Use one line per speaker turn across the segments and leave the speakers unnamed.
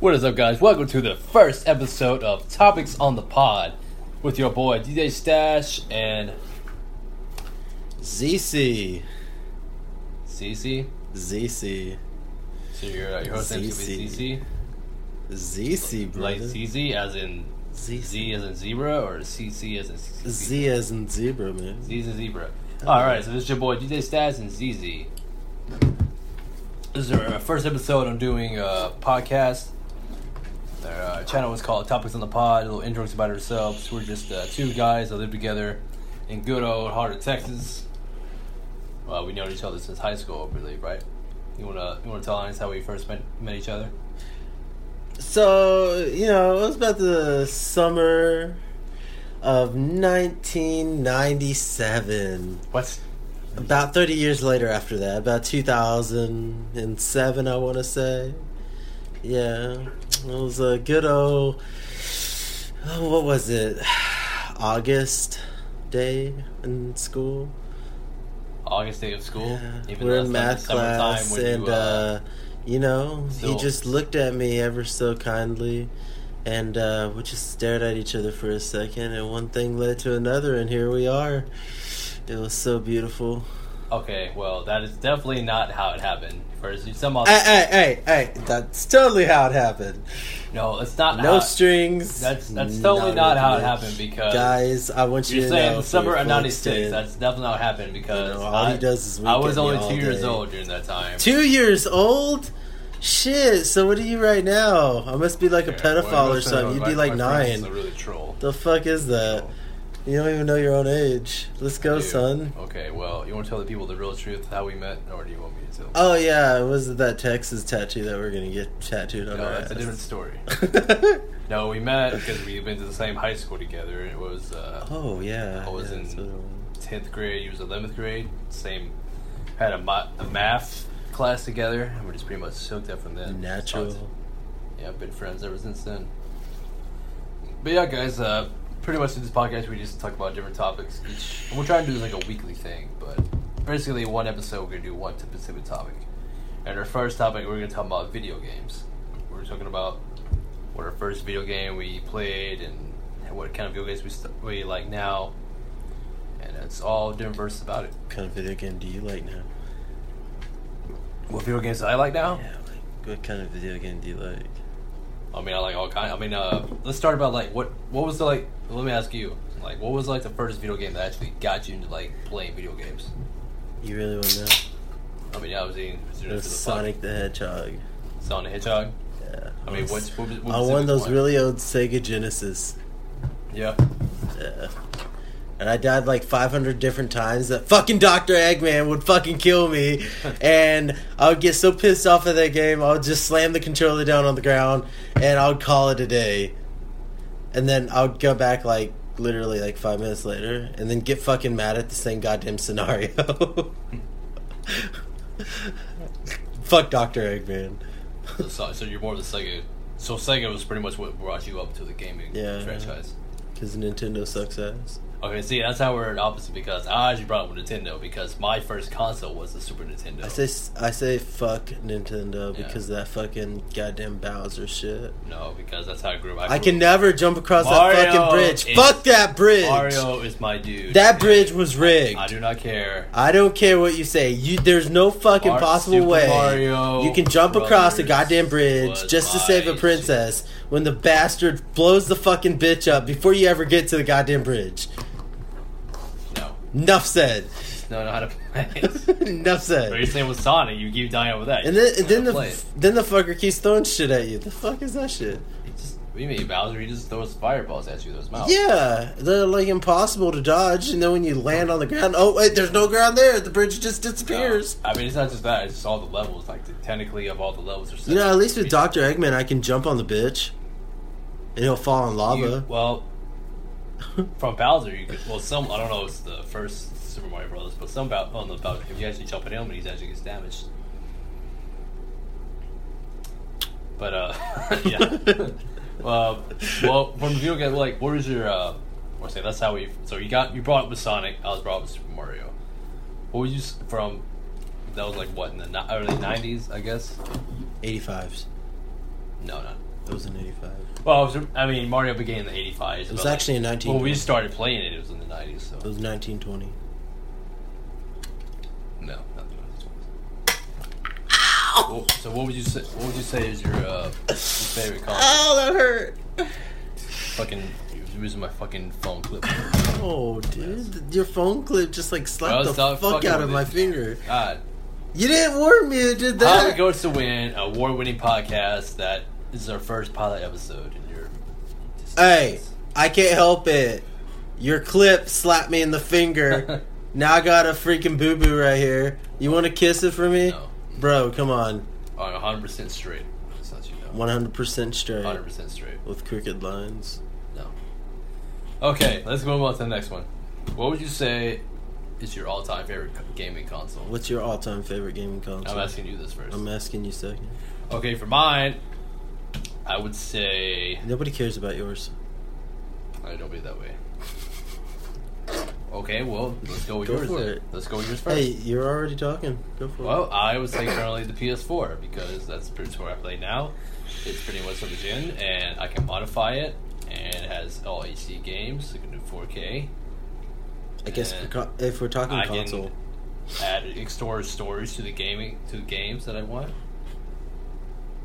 What is up, guys? Welcome to the first episode of Topics on the Pod with your boy DJ Stash and
ZC.
Cece.
ZC.
So your uh, your host name is gonna be
ZC.
Cece,
ZC,
like
brother.
CZ as in Z as in zebra or CC as in CC?
Z as in zebra, man.
Z as in zebra. All right, so this is your boy DJ Stash and ZZ. This is our first episode. I'm doing a podcast. Our uh, channel is called Topics on the Pod. A little intros about ourselves. We're just uh, two guys that live together in good old heart of Texas. Well, we known each other since high school, I believe, right? You wanna you wanna tell us how we first met met each other?
So, you know, it was about the summer of 1997.
What?
About 30 years later after that, about 2007, I want to say. Yeah, it was a good old. oh, What was it? August day in school.
August day of school.
Yeah,
Even
we're
though
in math
that's not the
class,
summertime when
and
you,
uh, you know,
still-
he just looked at me ever so kindly, and uh, we just stared at each other for a second, and one thing led to another, and here we are. It was so beautiful.
Okay, well, that is definitely not how it happened. First, you somehow
Hey, hey, hey, hey! That's totally how it happened.
no, it's not.
No
how,
strings.
that's- that's totally not how it happened because-
guys, I want you
You're
to
saying
know.
the
for
summer
your
of '96.
folks,
That's definitely not what happened because
know, all
I,
he does is
I was
wink at me
only
all
two years
day.
old during that time.
Two years old? Shit, so what are you right now? I must be like a
Yeah,
pedophile
well,
or something. You'd
my-
be like
my friend was
nine.
A really troll.
The fuck is that? You don't even know your own age. Let's go,
Dude.
son.
Okay, well, you want to tell the people the real truth how we met, or do you want me to tell?
Oh, yeah, it was that Texas tattoo that we're gonna get tattooed on
no,
our
that's a different
ass.
story. no, we met because we've been to the same high school together. It was uh,
oh, yeah.
I was
yeah,
in-
that's what it was.
tenth grade. He was eleventh grade. Same, had a, ma- a math class together, and we're just pretty much hooked up from then.
Natural.
So it's- yeah, been friends ever since then. But yeah, guys, uh, pretty much in this podcast, we just talk about different topics each. And we're trying to do this like a weekly thing, but basically, one episode we're gonna do one specific topic. And our first topic, we're gonna talk about video games. We're talking about what our first video game we played and what kind of video games we st- we like now. And it's all different verses about it.
What kind of video game do you like now?
What video games I like now?
Yeah, like, what kind of video game do you like?
I mean, I like all kind. I mean, uh, let's start about like what what was the like. Let me ask you, like, what was like the first video game that actually got you into like playing video games?
You really want to know?
I mean, I was in
It was Sonic the Hedgehog.
Sonic the Hedgehog.
Yeah.
I mean, what's what, was- what
I
was
won
it
those
one?
really old Sega Genesis.
Yeah.
Yeah. Uh, And I died like 500 different times. That fucking Dr. Eggman would fucking kill me. and I would get so pissed off at that game, I would just slam the controller down on the ground and I would call it a day. And then I would go back like literally like five minutes later and then get fucking mad at the same goddamn scenario. Fuck Dr. Eggman.
The Sonic- so you're more of the Sega. So Sega was pretty much what brought you up to the gaming
Yeah.
franchise.
Because Nintendo sucks ass.
Okay, see, that's how we're in opposite because I actually brought up Nintendo because my first console was the Super Nintendo.
I say I say fuck Nintendo
Yeah.
because of that fucking goddamn Bowser shit.
no, because that's how I grew up.
I
grew
can
up-
never jump across that
Mario
fucking bridge.
is-
Fuck that bridge.
Mario is my dude.
That bridge was rigged.
I do not care.
I don't care what you say. You there's no fucking
Mar-
possible
Super
way
Mario
you can jump across the
Brothers
goddamn bridge
was
just to
my
save a princess when the bastard blows the fucking bitch up before you ever get to the goddamn bridge.
No,
Enough said.
no, no, how to play. it.
Enough
But you're
said.
saying with Sonic, you keep dying over that.
And then and then
How to
the
play it.
then the fucker keeps throwing shit at you. The fuck is that shit?
He just, what do you mean Bowser? He just throws fireballs at you with his mouth.
Yeah, they're like impossible to dodge, and then when you land on the ground, oh wait, there's no ground there. The bridge just
No.
disappears.
I mean, it's not just that. It's just all the levels. Like the, technically, of all the levels, are
You know, at least with Doctor Eggman, I can jump on the bitch, and he'll fall in
You,
lava.
well, from Bowser, you could. Well, some I don't know. It's the first Super Mario Brothers, but some Bow- on the Bowser, if you actually jump at him, and he's actually gets damaged. But uh, yeah. well, well, from the video game, like, what was your? Uh, or say that's how we. So you got you brought up with Sonic. I was brought up with Super Mario. What was you s- from? That was like what in the ni- early '90s, I guess.
Eighty-fives.
No, no.
was in '85.
Well, it was, I mean, Mario began in the 85s.
It was
but,
actually in 19.
Oh. Well, we started playing it, it was in the 90s,
It
so.
was 1920.
No, not the 90s. Well, so what would you say? What would you say is your, uh, your favorite console?
Oh, that hurt.
Fucking, you're using my fucking phone clip.
Oh, dude, your phone clip just like
Well,
slapped the
stop
fuck
fucking
out of
with
my
it.
finger.
God,
You didn't warn me. It did
how it
that.
goes to win a award-winning podcast that is our first pilot episode, and you're.
Hey, I can't help it. Your clip slapped me in the finger. now I got a freaking boo boo right here. You want to kiss it for me,
No.
bro? Come on,
On 100 percent straight. That's not you know.
one hundred percent straight
100 percent straight.
with crooked lines.
No. Okay, let's move on to the next one. What would you say is your all-time favorite co- gaming console?
What's your all-time favorite gaming console?
I'm asking you this 1st
I'm asking you second.
okay, for mine, I would say
Nobody cares about yours.
I don't be that way. Okay, well, let's go with
Go
yours.
for
then.
it.
Let's go with yours first.
Hey, you're already talking. Go for
Well, I would say currently the PS4 because that's pretty much where I play now. It's pretty much what it's in, and I can modify it, and it has all HD games. I can do 4K.
it. I guess
eh,
if we're, co- if we're talking
I can-
console,
Add extort stories to the gaming to the games that I want.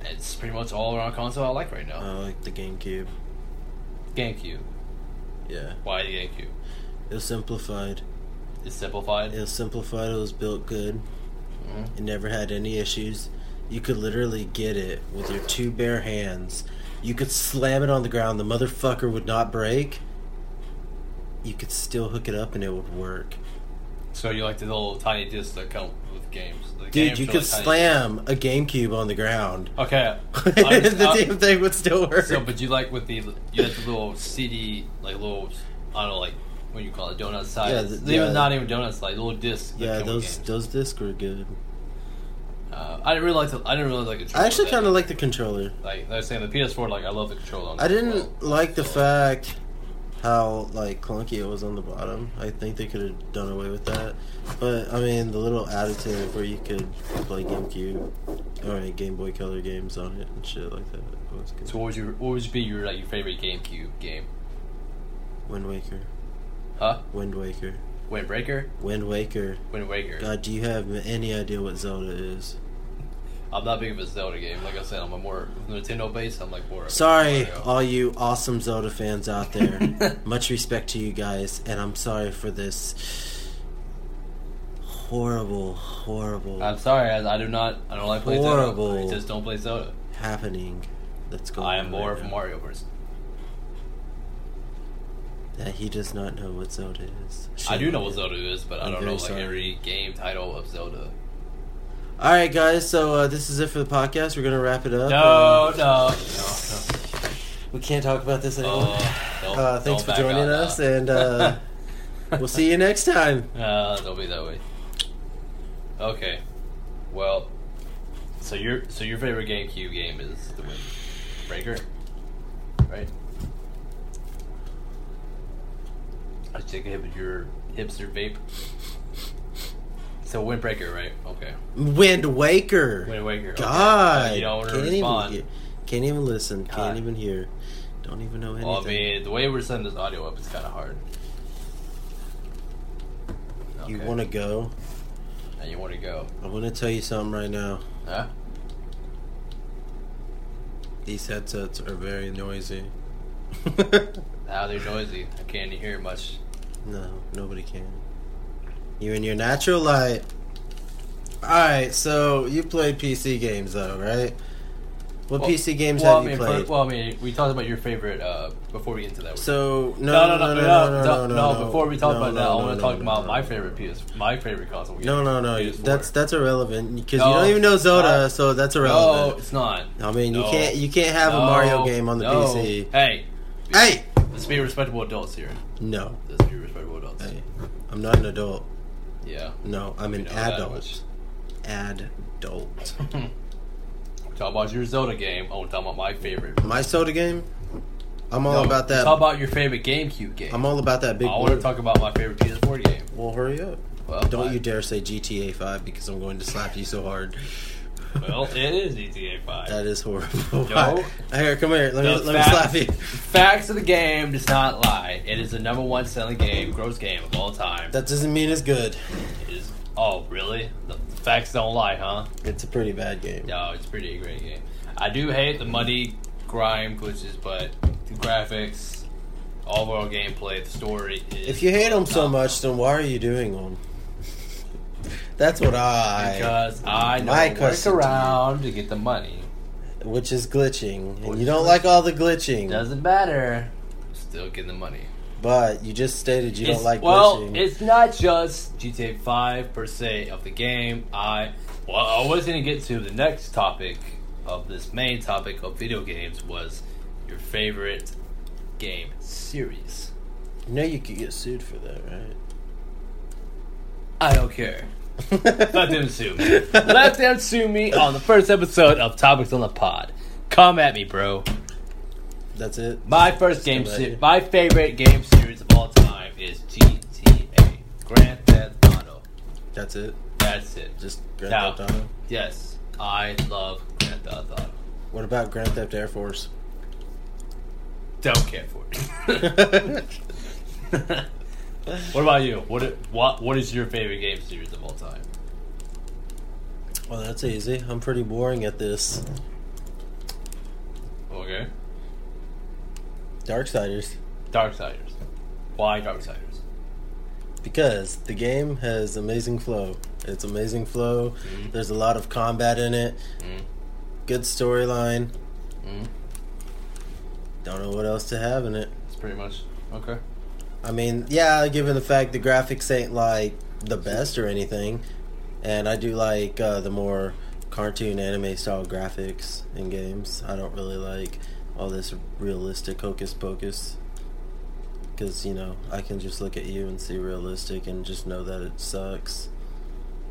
It's pretty much all around console I like right now.
I like the GameCube.
GameCube.
Yeah,
Why the GameCube?
it was simplified.
It's simplified.
It was simplified. It was built good.
Mhm.
It never had any issues. You could literally get it with your two bare hands. You could slam it on the ground. The motherfucker would not break. You could still hook it up and it would work.
So you like the little tiny discs that come with games? The
Dude,
games
you
are
could
like tiny-
slam a GameCube on the ground.
Okay. I was-
the
I-
damn thing would still work.
So, but you like with the you like the little CD, like little I don't know, like what do you call it, donut size.
Yeah,
Yeah,
the- yeah.
Even not even donuts, like little discs. that
yeah,
come with
those
games.
those discs were good.
Uh, I didn't really like the. I didn't really like the.
I actually kind
controller
of like the controller.
that- like. I was saying the PS4. Like I love the controller. On
I
that as
didn't
well.
like the
So,
fact how like clunky it was on the bottom. I think they could have done away with that. But I mean, the little additive where you could play GameCube or any Game Boy Color games on it and shit like that was good.
So what would your what would be your like your favorite GameCube game?
Wind Waker,
Huh?
Wind Waker,
Wind Waker.
Wind Waker.
Wind Waker.
God, do you have any idea what Zelda is?
I'm not big of a Zelda game. Like I said, I'm a more Nintendo based. I'm like more. of a
Sorry,
Mario.
all you awesome Zelda fans out there. Much respect to you guys, and I'm sorry for this horrible, horrible
I'm sorry. I, I do not. I don't like play Zelda. I
Horrible.
just don't play Zelda.
happening that's going on.
I am more
right
of a
now.
Mario person.
That he does not know what Zelda is.
I
Shame
do know
on
what
him.
Zelda is, but I'm I
I'm
do not
very
know like
sorry.
every game title of Zelda.
All right, guys. So uh, this is it for the podcast. We're gonna wrap it up.
No,
Um,
no, no.
we can't talk about this anymore.
Oh, don't-
uh, thanks
don't
for
back
joining
out
us,
now.
and uh, we'll see you next time.
Uh, don't be that way. Okay, well, so your so your favorite GameCube game is the Wind Breaker, right? I take it with your hipster vape. So Windbreaker, right? Okay.
Wind Waker.
Wind Waker. okay.
God,
You don't want to
can't
respond.
even hear- can't even listen.
God.
Can't even hear. Don't even know anything.
Well, I mean, the way we're setting this audio up is kind of hard.
You want to go?
to? And you want to go?
I want to tell you something right now.
Huh?
These headsets are very noisy.
Now they're noisy. I can't hear much.
No, nobody can. You in your natural light. Alright, so you play PC games though, right? What
Well-
PC games
well,
have
I
you
mean, for-
played?
well, I mean, we talked about your favorite. Uh, before we get into that,
so no no no no no no no,
Before we talk
no,
about
no,
that, I
no,
want to
no,
talk
no,
about
no.
my favorite PS, my favorite console. game,
No no no,
PS4.
that's that's irrelevant because
No,
you don't even know
it's
Zelda,
not.
so that's
no,
irrelevant.
it's not.
I mean, you
No.
can't you can't have a Mario
No.
game on the
No.
PC.
Hey,
Hey,
let's be respectable adults here.
no,
Let's be respectable adults.
hey, I'm not an adult.
Yeah,
No, I'm
we
an
know that
adult.
much.
Adult.
Talk about your Zelda game. I want to talk about my favorite.
My soda game. I'm all
No,
about that.
Talk about your favorite GameCube game.
I'm all about that big.
I want
blue.
to talk about my favorite PS4 game.
Well, hurry up!
Well,
Don't
I-
you dare say GTA Five because I'm going to slap you so hard.
Well, it is E GTA 5.
That is horrible.
No.
Here, come here. Let me,
The
let me
fact-
slap you.
Facts of the game does not lie. It is the number one selling game, gross game of all time.
That doesn't mean it's good.
It is oh really? The the facts don't lie, huh?
It's a pretty bad game.
No, it's pretty great game. I do hate the muddy grime glitches, but the graphics, overall gameplay, the story. Is
If you hate them so
top.
much, then why are you doing them? That's what I,
because I know
My
I work
question to you-
around to get the money.
which is glitching, and
Which
you don't
is-
like all the glitching.
Doesn't matter. Still getting the money.
But you just stated you don't
It's-
like
well,
glitching.
it's not just GTA 5 per se of the game. I well, I was going to get to the next topic of this main topic of video games was your favorite game series.
you know you could get sued for that,
I don't care.
right?
Let them sue me. Let them sue me on the first episode of Topics on the Pod. Come at me, bro.
That's it.
My first game,
Come at
se-
you.
my favorite game series of all time is GTA Grand Theft Auto.
That's it.
That's it.
Just Grand
No.
Theft Auto.
Yes, I love Grand Theft Auto.
What about Grand Theft Air Force?
Don't care for it. what about you? What i- what what is your favorite game series of all time?
Well, that's easy. I'm pretty boring at this.
Okay,
Darksiders.
Darksiders. Why Darksiders?
Because the game has amazing flow. It's amazing flow. There's a lot of combat in it.
Mm.
Good storyline. Mm-hmm.
Mm.
Don't know what else to have in it.
That's pretty much okay.
I mean, yeah, given the fact the graphics ain't like the best or anything, and I do like uh, the more cartoon anime style graphics in games. I don't really like all this realistic hocus pocus. Because, you know, I can just look at you and see realistic and just know that it sucks.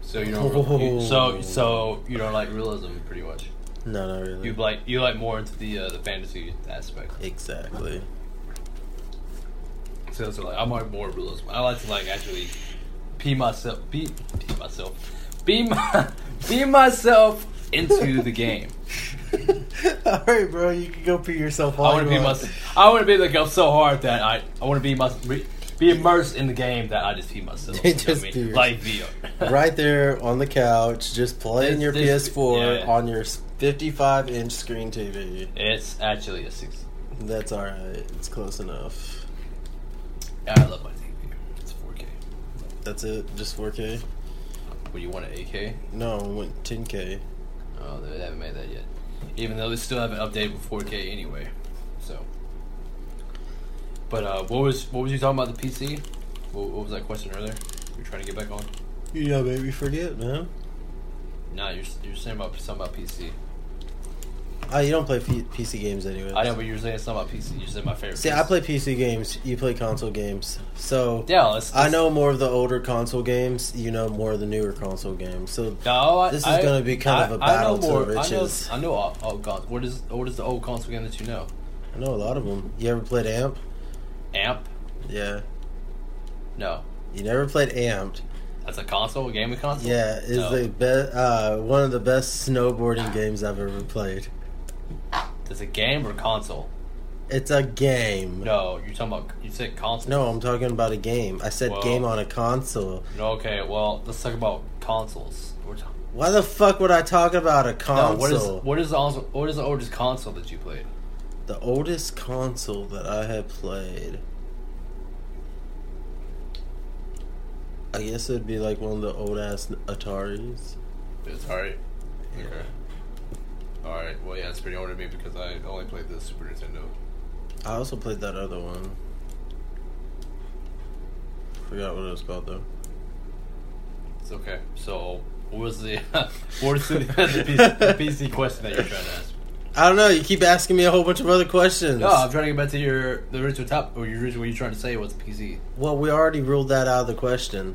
So you don't really- you- so
Oh.
so you don't like realism pretty much.
No, not really.
You like you like more into the uh, the fantasy aspect.
Exactly.
So it's like I'm like more realism. I like to like actually pee myself, pee, pee myself, be my, be myself into the game.
Alright, bro, you can go pee yourself all
I want to be my, I want to be like I'm so hard that I I want to be my re- be immersed in the game that I just pee myself. you know what I
Just
mean?
pee yourself.
like VR.
right there on the couch, just playing
This-
your
this-
PS4
yeah.
on your 55 inch screen TV.
It's actually a six.
That's all right. It's close enough.
I love my TV. It's 4K.
That's it. Just 4K.
Would you want an 8K?
No, I went 10K.
Oh, they haven't made that yet. Even though they still haven't updated with 4K anyway. So. But uh, what was what was you talking about the PC? What, what was that question earlier? You're trying to get back on.
You know, baby, forget, man.
Nah, you're you're saying about something about PC.
Oh, you don't play P- PC games anyway.
I know, but you're saying something about PC. You said my favorite.
See, I play PC games. You play console games. So
Yeah, let's,
I know more of the older console games. You know more of the newer console games. So
No, I,
This is
I-
gonna be kind of a
I- I know
battle to
more-
riches.
I know, I know all, all cons- What is what is the old console game that you know?
I know a lot of them. You ever played Amp?
Amp?
Yeah.
No,
You never played Amped.
that's a console, a gaming console.
Yeah, it's
No.
the best. Uh, one of the best snowboarding games I've ever played.
That's a game or console?
It's a game.
No, you're talking about you said console.
No, I'm talking about a game. I said
Whoa.
game on a console.
Okay, well, let's talk about consoles. We're talking,
Why the fuck would I talk about a
no,
console?
what is what is the also- what is the oldest console that you played?
the oldest console that I have played? I guess it'd be like one of the old ass Ataris.
It's alright. Okay. Alright, well yeah, it's pretty old to me because I only played the Super Nintendo.
I also played that other one. Forgot what it was called though.
It's okay. So what was the what is the, the, PC, the PC question that you're trying to ask?
I don't know. You keep asking me a whole bunch of other questions.
No, I'm trying to get back to your the original top or your original what you're trying to say was PC
Well, we already ruled that out of the question.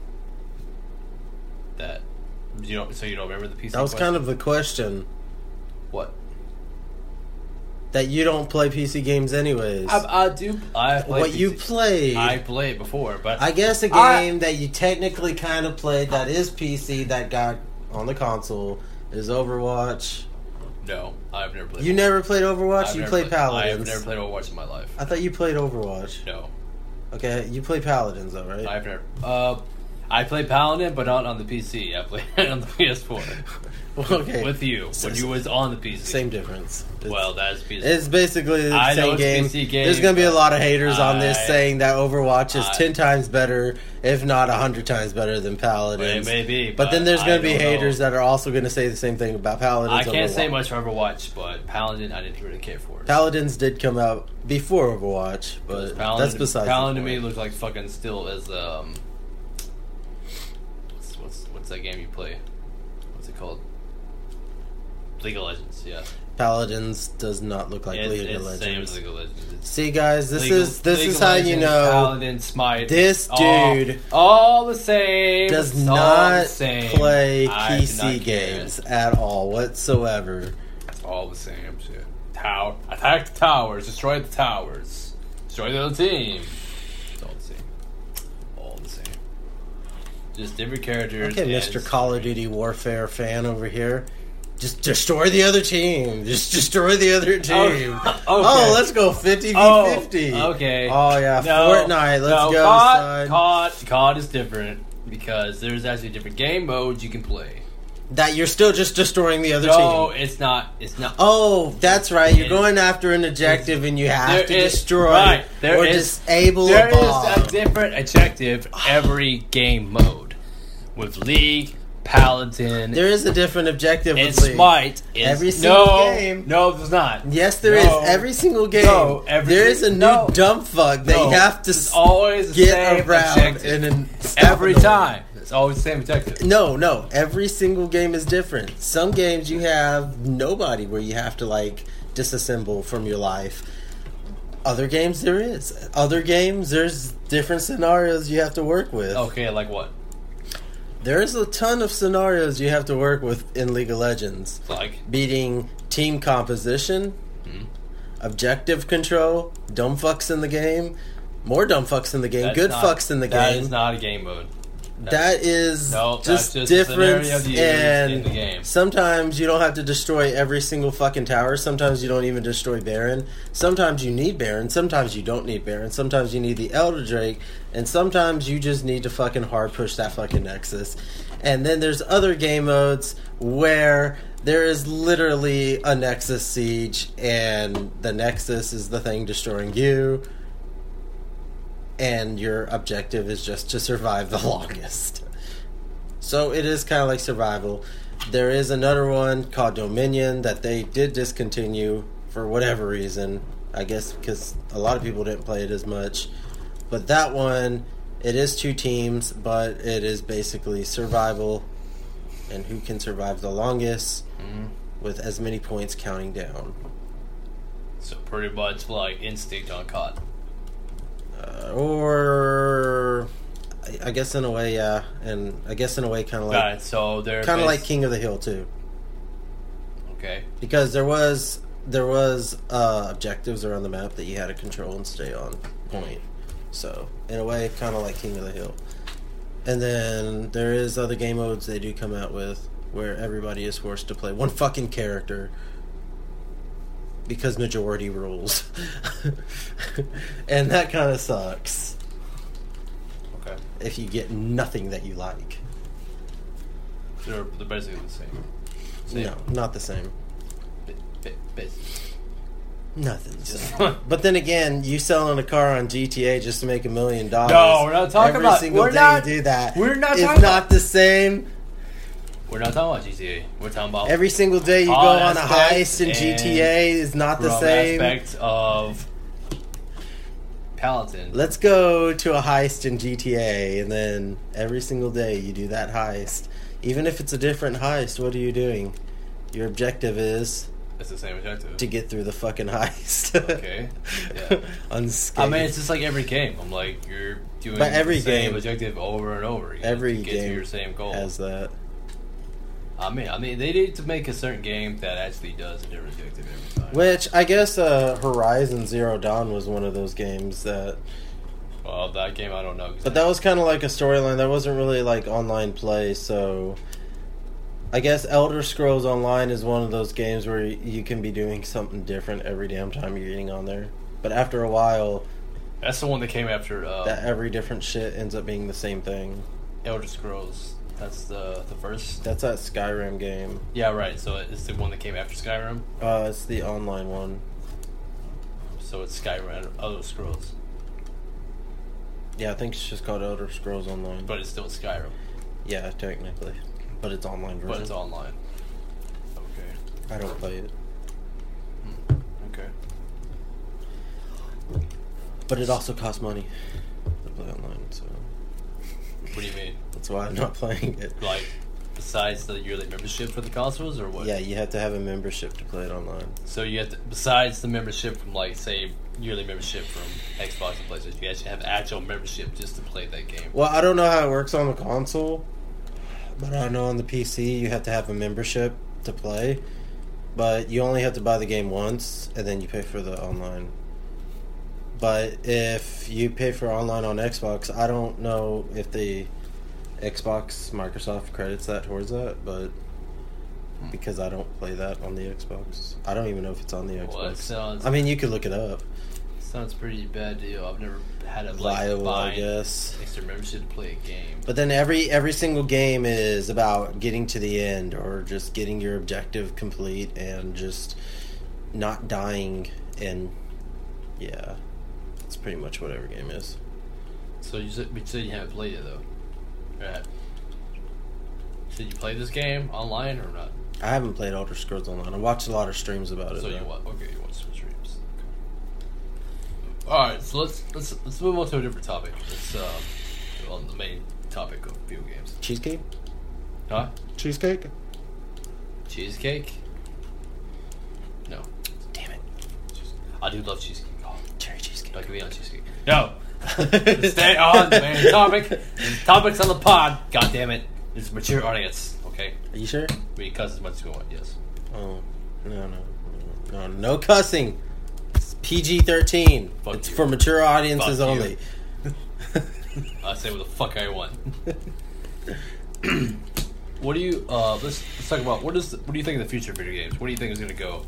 that you don't so you don't remember the PC
That was
question?
kind of the question
what?
that you don't play PC games anyways.
I, I do I play
what you
PC.
played.
I
I,
played before, but
guess a
I-
game that you technically kind of played that is PC that got on the console is Overwatch.
No, I've never played.
You never played Overwatch.
I've
you
never
played Paladins.
I've never played Overwatch in my life.
I thought you played Overwatch.
No,
Okay, you play Paladins though, right?
I've never. Uh, I played Paladin, but not on the PC. I played it on the PS4
Well, okay,
with you
So-
when you was on the PC.
same difference. It's-
Well, that's PC.
It's basically the
I know
same
it's
game.
PC game,
There's gonna be a
but
lot of haters on this
I-
saying that Overwatch is
I-
ten times better, if not hundred times better than
it
Paladins.
may be,
But then there's
I
gonna be
don't know.
haters that are also gonna say the same thing about Paladins.
I can't say
Overwatch.
much for Overwatch, but Paladin I didn't really care for.
Paladins did come out before Overwatch, but
Paladin,
that's besides. the
Paladin to me
point.
looks like fucking still as um. What's, what's what's that game you play? What's it called? League of Legends. Yeah,
Paladins does not look like
it's,
League
it's
of
same
Legends.
as League of Legends. It's
See, guys, this
League of-
is this
League
is
of
how you
Legends,
know
Paladin, Smite.
this
all-
dude
all, the same
does
it's all the
not
same.
play
I do not
PC
care.
games at all whatsoever.
It's all the same shit. Tower, attack the towers, destroy the towers, destroy the other team. It's all the same. All the same. Just different characters.
Okay,
and
Mr. Call of Duty Warfare fan over here. Just destroy the other team. Just destroy the other team.
Oh, okay.
Oh, let's go 50 v
Oh,
50.
okay.
Oh, yeah.
No,
Fortnite. Let's
no,
go.
COD,
son.
COD, COD is different because there's actually different game modes you can play.
That you're still just destroying the other
No,
team.
it's not. It's not.
Oh, that's right. You're
It-
going after an objective and you have to
There is-
destroy
right, there
or
is-
disable
There is
a bomb.
a different objective every game mode. With League, Paladin,
there is a different objective
and
with League.
Smite is
Every single
no,
game.
No, there's not.
Yes, there is.
No.
Every single game,
No, every-
there is a new
no.
dumb fuck that
No,
you have to
it's
s-
always the same
get around
objective.
and then stop
every
annoying.
time. It's always the same objective.
No, no. Every single game is different. Some games you have nobody where you have to like disassemble from your life. Other games there is. Other games there's different scenarios you have to work with.
Okay, like what?
There's a ton of scenarios you have to work with in League of Legends.
Like
Beating team composition,
Mm-hmm.
objective control, dumb fucks in the game, more dumb fucks in the game,
that's
good
not-
fucks in the
That
game.
is not a game mode. That's-
That is
No, that's
just,
just the scenario
difference
you use
and
in the game.
sometimes you don't have to destroy every single fucking tower. Sometimes you don't even destroy Baron. Sometimes you need Baron. Sometimes you don't need Baron. Sometimes you need the Elder Drake, and sometimes you just need to fucking hard push that fucking Nexus. And then there's other game modes where there is literally a Nexus siege, and the Nexus is the thing destroying you. And your objective is just to survive the longest. So it is kind of like survival. There is another one called Dominion that they did discontinue for whatever reason. I guess because a lot of people didn't play it as much. But that one, it is two teams, but it is basically survival and who can survive the longest
Mm-hmm.
with as many points counting down.
So pretty much like instinct on COD.
Uh, or. I- I guess in a way, yeah, and I guess in a way, kind of like,
Right. So they're
kind of like
bas-
King of the Hill too.
Okay.
because there was there was uh, objectives around the map that you had to control and stay on point. So in a way, kind of like King of the Hill. And then there is other game modes they do come out with where everybody is forced to play one fucking character because majority rules, and that kind of sucks
Okay.
if you get nothing that you like.
They're, they're basically the same.
No, not the same.
Ba- ba- basically.
Nothing. But then again, you selling a car on GTA just to make a million dollars.
No, we're not talking
Every
about-
single
we're
day
not-
you do that.
we're not
It's
talking
not the same.
We're not talking about GTA. We're talking about
Every single day you go
All
on a
aspects
heist in
and
GTA is not the
from
same.
aspect of Paladin.
Let's go to a heist in GTA, and then every single day you do that heist. Even if it's a different heist, what are you doing? Your objective is
it's the same objective.
to get through the fucking heist.
Okay. Yeah.
Unscathed.
I mean, it's just like every game. I'm like, you're doing
But every
the same
game-
objective over and over. You
Every
get
game
to your same goal.
has that.
I mean, I mean, they need to make a certain game that actually does a different objective every time.
Which I guess uh, Horizon Zero Dawn was one of those games that,
well, that game I don't know.
but that was kind of like a storyline that wasn't really like online play. So I guess Elder Scrolls Online is one of those games where y- you can be doing something different every damn time you're getting on there. But after a while,
That's the one that came after uh,
that every different shit ends up being the same thing.
Elder Scrolls. That's the the first.
That's that Skyrim game.
yeah, right. So it's the one that came after Skyrim.
Uh, it's the online one.
So it's Skyrim Elder Scrolls,
Yeah, I think it's just called Elder Scrolls Online.
but it's still Skyrim,
yeah, technically, but it's online version.
but it's online. Okay. Hmm.
I don't play it,
Okay.
but it also costs money to play online, so
What do you mean?
that's why I'm not playing it.
Like, besides the yearly membership for the consoles, or what?
Yeah, you have to have a membership to play it online.
So you have to, besides the membership from like say yearly membership from Xbox and PlayStation, you actually have actual membership just to play that game.
Well, I don't know how it works on the console, but I know on the PC you have to have a membership to play, but you only have to buy the game once and then you pay for the online. But if you pay for online on Xbox, I don't know if the Xbox Microsoft credits that towards that, but
Hmm.
because I don't play that on the Xbox, I don't even know if it's on the Xbox.
Well, that sounds
I mean, you could look it up.
sounds pretty bad deal. I've never had a like
Viable, I
buying
guess.
extra membership to play a game.
But then every every single game is about getting to the end or just getting your objective complete and just not dying and yeah. That's pretty much what every game is.
So you said, but you said you haven't played it though. Right. So you play this game online or not?
I haven't played Elder Scrolls Online. I watched a lot of streams about it.
So you
though.
what? Okay, you watch some streams. All right, so let's let's let's move on to a different topic. Let's um, on the main topic of video games.
Cheesecake?
Huh?
Cheesecake?
Cheesecake? No.
Damn it.
I do love cheesecake. Oh,
Cherry cheesecake.
don't get me on cheesecake. No! Stay on the main topic. There's topics on the pod. God damn it. This is a mature audience, okay?
Are you sure?
We cuss as much as we want, yes.
Oh. No, no. No, no cussing. It's PG thirteen.
Fuck
It's
you.
for mature audiences
Fuck you.
only.
I say what the fuck I want. what do you, uh, let's, let's talk about, what is, what do you think of the future of video games? Where do you think is going to go?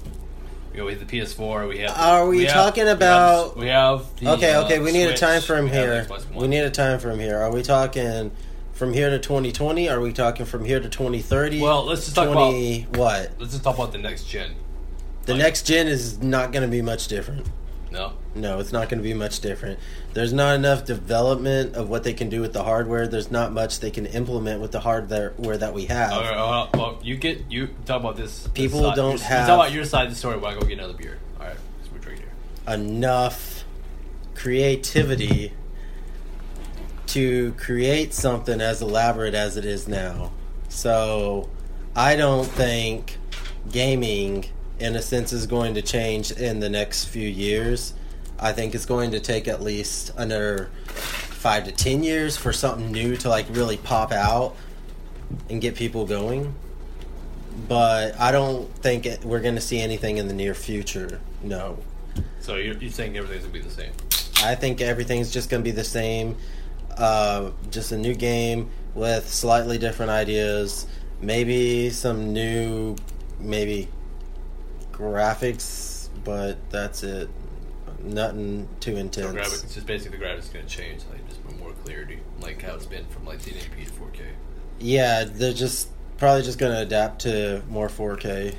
You know, we have the PS4, we have...
Are we
have-
talking
we have-
about-
We have the,
Okay,
uh,
okay, we need a
Switch,
time frame
we have
here.
Xbox
We
One.
need a time frame here. Are we talking from here to 2020? Are we talking from here to 2030?
Well, let's just talk about-
20 what?
Let's just talk about the next gen.
The
like-
next gen is not going to be much different.
No?
No, it's not going to be much different. There's not enough development of what they can do with the hardware. There's not much they can implement with the hardware where that we have.
All right, well, well, you get you talk about this. this
People
side-
don't
you,
have-
You talk about your side of the story while I go get another beer. All right, so we're drinking here.
enough creativity to create something as elaborate as it is now. So I don't think gaming, in a sense, is going to change in the next few years. I think it's going to take at least another five to ten years for something new to like really pop out and get people going. But I don't think it, we're going to see anything in the near future. No.
So you're, you're saying everything's gonna be the same?
I think everything's just going to be the same. Uh, just a new game with slightly different ideas. Maybe some new, maybe graphics, but that's it. Nothing too
The
intense.
graphic, it's just basically the graphics gonna change, like just with more clarity, like how it's been from like 1080p to 4K.
Yeah, they're just probably just going to adapt to more 4K,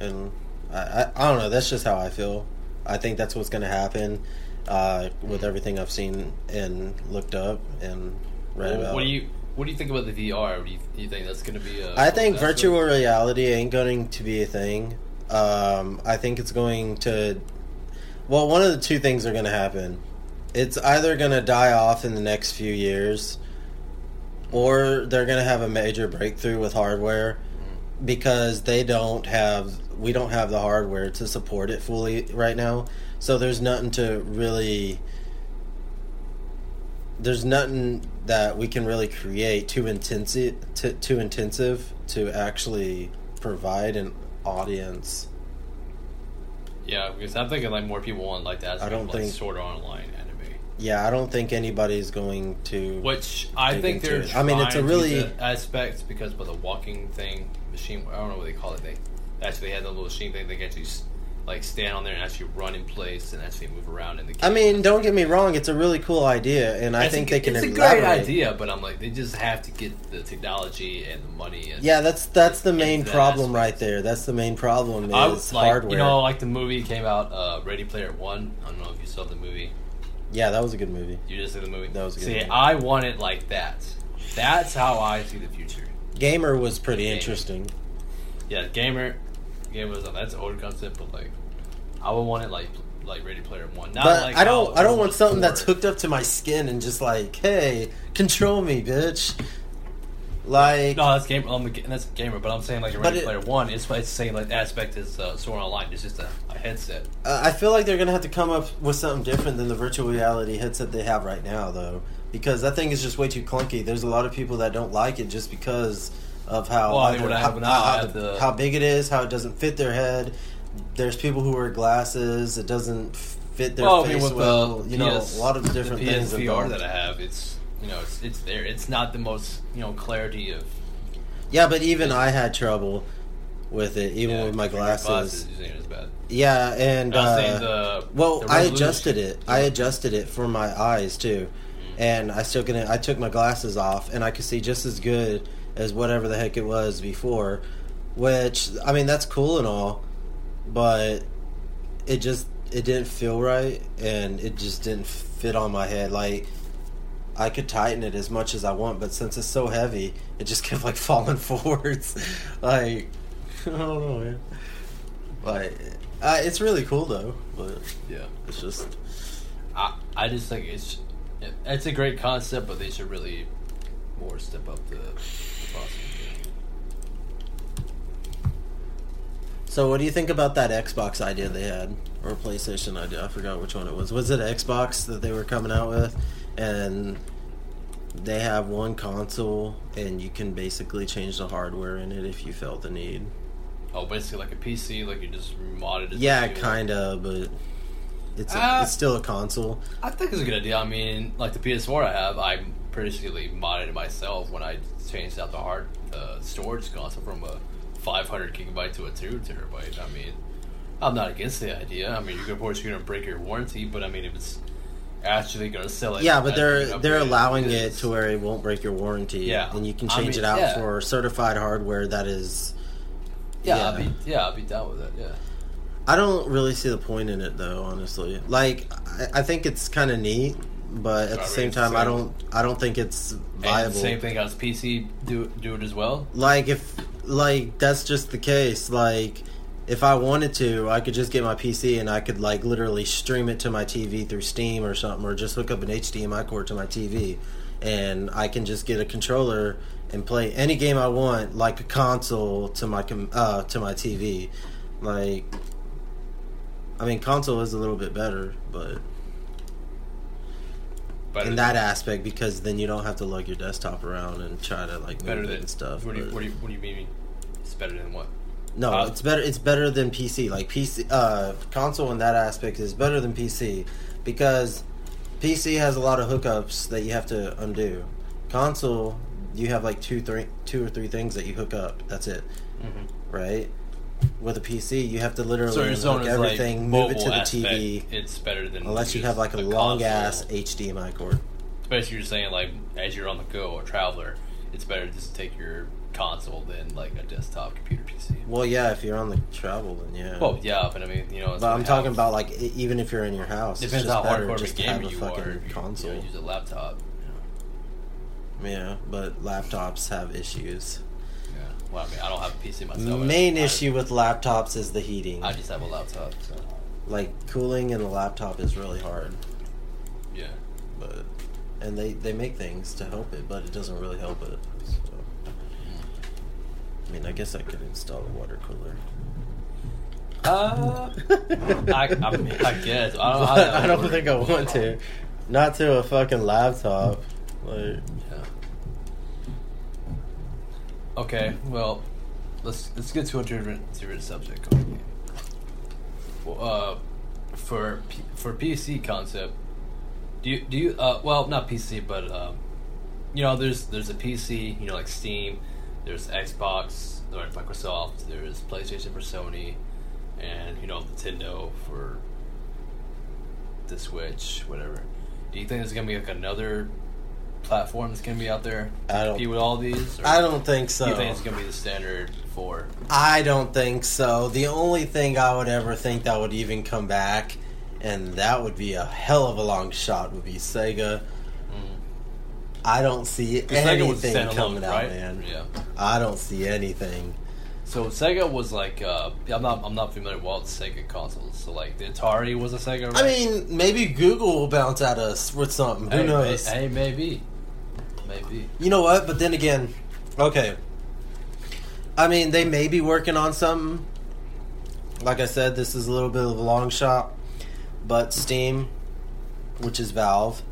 and I, I I don't know. That's just how I feel. I think that's what's going to happen uh, with everything I've seen and looked up and read
Well,
about.
What do you What do you think about the VR? Do you, do you think that's gonna be? A,
I think
that's
virtual reality ain't going to be a thing. Um, I think it's going to. Well, one of the two things are going to happen. It's either going to die off in the next few years, or they're going to have a major breakthrough with hardware because they don't have. We don't have the hardware to support it fully right now. So there's nothing to really there's nothing that we can really create too intensive to, too intensive to actually provide an audience.
Yeah, because I'm thinking like more people want like that.
I don't
like,
think-
sort of online anime.
Yeah, I don't think anybody's going to
Which I
Dig
think
into
they're.
it. I mean, it's a
trying to
really-
keep the aspects because of the walking thing. machine. I don't know what they call it. They actually had the little machine thing. They could actually s- like stand on there and actually run in place and actually move around in the.
I
Game.
mean, don't get me wrong; it's a really cool idea, and I,
It's a
think
g-
they can
It's
elaborate.
a great idea, but I'm like, they just have to get the technology and the money. And
Yeah, that's that's the main
Into that
problem
aspect.
right there. That's the main problem is
I was like,
hardware.
you know, like the movie came out, uh, Ready Player One. I don't know if you saw the movie.
yeah, that was a good movie.
You just see the movie.
That was a good
see,
movie.
I want it like that. That's how I see the future.
Gamer was pretty
Gamer.
interesting.
Yeah, gamer, gamer is that's an older concept, but like, I would want it like like Ready Player One. Not
but
like
I don't
how
I don't want
it
something
was
that's hooked up to my skin and just like, hey, control me, bitch. Like
No, that's gamer. Um, that's gamer. But I'm saying like a
But
Ready
it-
Player One. It's it's the same like aspect as uh, Sword Art Online. It's just a, a headset.
Uh, I feel like they're gonna have to come up with something different than the virtual reality headset they have right now, though, because that thing is just way too clunky. There's a lot of people that don't like it just because of how
Well, they
either-
would
how,
have-
how,
not
how
have the-
how big it is, how it doesn't fit their head. There's people who wear glasses; it doesn't fit their
well, I mean,
face
with
well.
the
you know,
PS
a lot of different
the
things.
PSVR
involved.
that I have, it's you know, it's it's there. It's not the most you know clarity of
yeah, but even I had trouble with it, even
yeah,
with my
your
glasses.
you saying it's bad.
Yeah, and
And, I was
uh,
saying the
Well,
the
I
resolution.
adjusted it. I adjusted it for my eyes too,
Mm-hmm.
and I still can. I took my glasses off, and I could see just as good as whatever the heck it was before. Which I mean, that's cool and all, but it just it didn't feel right, and it just didn't fit on my head. Like I could tighten it as much as I want, but since it's so heavy, it just kept like falling forwards. like I don't know, man. Like uh, it's really cool though, but.
Yeah,
It's just
I I just think it's it's a great concept, but they should really more step up the, the process.
so. What do you think about that Xbox idea they had, or PlayStation idea? I forgot which one it was. Was it Xbox that they were coming out with, and they have one console, and you can basically change the hardware in it if you felt the need.
Oh, basically like a PC, like you just modded. It
Yeah,
to-
kind of, but it's a,
Uh,
it's still a console.
I think it's a good idea. I mean, like the PS4 I have, I basically modded it myself when I changed out the hard uh, storage console from a 500 gigabyte to a 2 terabyte. I mean, I'm not against the idea. I mean, you could, of course, you're going to break your warranty, but I mean, if it's actually going to sell it.
Yeah, but
as
they're
an upgrade,
they're allowing it
is-
to where it won't break your warranty.
Yeah.
and you can
I
change
mean,
it out
yeah.
for certified hardware that is.
Yeah, I'd be, yeah, I'd be down with it, yeah.
I don't really see the point in it though, honestly. Like I, I think it's kind of neat, but at
I
the
mean,
same time, I
same.
don't I don't think it's
And
viable.
same thing as PC, do, do it as well.
Like if like that's just the case, like if I wanted to, I could just get my PC and I could like literally stream it to my TV through Steam or something, or just hook up an HDMI cord to my TV, and I can just get a controller and play any game I want, like a console to my com- uh, to my TV. Like, I mean, console is a little bit better, but
But
in that aspect because then you don't have to lug your desktop around and try to like move
better
it
than
and stuff.
What do, you,
but-
what, do you, what do you mean? It's better than what?
No,
Uh,
it's better. It's better than PC. Like PC, uh, console in that aspect is better than PC because PC has a lot of hookups that you have to undo. Console, you have like two, three, two or three things that you hook up. That's it,
Mm-hmm.
right? With a PC, you have to literally
So your zone
hook
is
everything,
like
move it to
mobile
the
aspect.
TV,
It's better than
unless you
just
have like a long
console.
ass HDMI cord.
Basically, you're saying like as you're on the go or traveler, it's better just to take your console than like a desktop computer PC.
Well, yeah, if you're on the travel, then yeah.
Well, yeah, but I mean, you know, it's
But
like
I'm
how-
talking about like e- even if you're in your house,
depends
it's just
how
better
hardcore of a
just to have
gamer
a
you
fucking
are. if you,
console.
you know, use a laptop.
yeah, but laptops have issues.
Yeah. Well, I mean, I don't have a PC myself. I-
Main
I-
issue with laptops is the heating.
I just have a laptop, so
like cooling in a laptop is really hard,
yeah.
but and they they make things to help it, but it doesn't really help it. So. I mean, I guess I could install a water cooler.
Uh, I, I, mean, I guess I don't.
But
How that
I don't
works.
think I want to. Not to a fucking laptop. Like,
Yeah. Okay, well, let's let's get to a different, different subject. Well, uh, for P- for PC concept, do you do you uh well not PC but um, you know there's there's a PC you know like Steam, There's Xbox, or Microsoft. There's PlayStation for Sony, and you know Nintendo for the Switch, whatever. Do you think there's gonna be like another platform that's gonna be out there?
I don't-
compete with all these. Or
I don't think so.
Do you think it's gonna be the standard for?
I don't think so. The only thing I would ever think that would even come back, and that would be a hell of a long shot, would be Sega.
Mm.
I don't see
'Cause Sega was
anything
standalone,
coming out,
right?
man.
Yeah.
I don't see anything.
So Sega was like, uh, I'm not, I'm not familiar with all the Sega consoles. So like, the Atari was a Sega. Right?
I mean, maybe Google will bounce at us with something. Who
Hey,
knows?
Hey, hey, maybe, maybe.
You know what? But then again, okay. I mean, they may be working on something. Like I said, this is a little bit of a long shot. But Steam, which is Valve,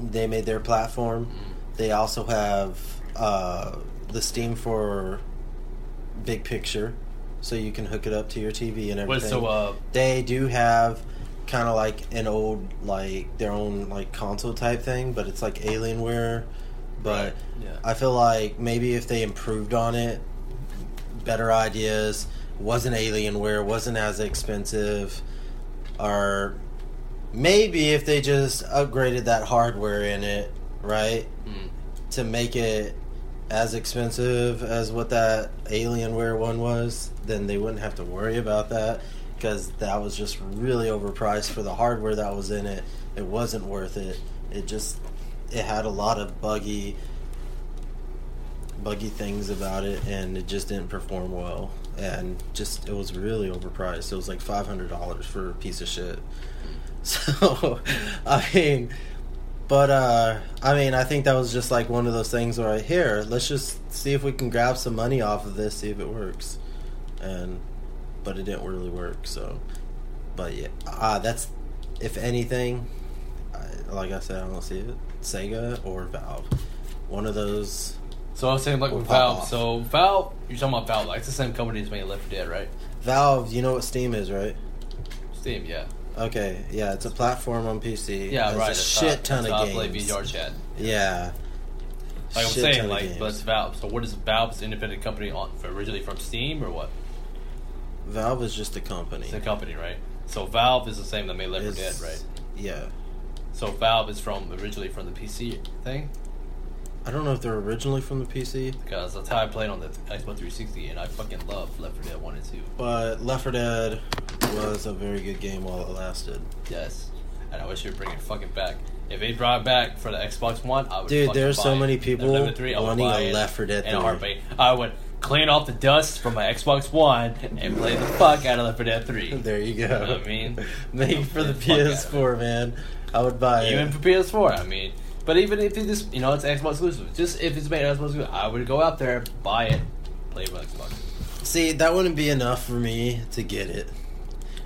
they made their platform. They also have uh, the Steam for Big Picture, so you can hook it up to your TV and everything
Wait, so uh,
they do have kind of like an old like their own like console type thing but it's like alienware but
yeah.
i feel like maybe if they improved on it better ideas wasn't alienware wasn't as expensive or maybe if they just upgraded that hardware in it right
mm,
to make it as expensive as what that Alienware one was, then they wouldn't have to worry about that because that was just really overpriced for the hardware that was in it. It wasn't worth it. It just it had a lot of buggy buggy things about it and it just didn't perform well and just it was really overpriced. It was like $500 for a piece of shit. So, I mean, but uh, I mean, I think that was just like one of those things where here, let's just see if we can grab some money off of this, see if it works, and but it didn't really work. So, but yeah, ah, that's if anything, I, like I said, I don't see it. Sega or Valve, one of those.
so I was saying like
We'll
with
pop
Valve.
off.
So Valve, you're talking about Valve. Like it's the same company as made Left 4 Dead, right?
Valve, you know what Steam is, right?
Steam, yeah,
Okay, yeah, it's a platform on PC.
yeah,
There's
right.
A
that's how-
shit ton
that's
of
how I play
games.
VR chat.
Yeah.
Like I'm
Shit ton
saying,
of
like, but
games.
it's Valve. So what is Valve's independent company on? Originally from Steam or what?
Valve is just a company.
It's a company, right? So Valve is the same that made Left 4 Dead,
It's-
right?
Yeah.
So Valve is from originally from the PC thing
I don't know if they're originally from the PC,
because that's how I played on the Xbox 360, and I fucking love Left 4 Dead 1 and 2.
but Left 4 Dead was a very good game while it lasted.
Yes, and I wish they would bring it fucking back. If they brought it back for the Xbox One, I would.
Dude,
fucking
there's
buy
so
it.
many
The
people
Left 4 I would
wanting
buy
a
it
Left 4 Dead
in a
3.
heartbeat. I would clean off the dust from my Xbox One and play the fuck out of Left 4 Dead 3.
There you go.
You know what I mean?
Make for the
Fuck out of it.
PS4, man. I would buy
Even
it.
for PS4, I mean. But even if it just, you know, it's Xbox exclusive. Just if it's made Xbox exclusive, I would go out there, buy it, play with Xbox.
See, that wouldn't be enough for me to get it.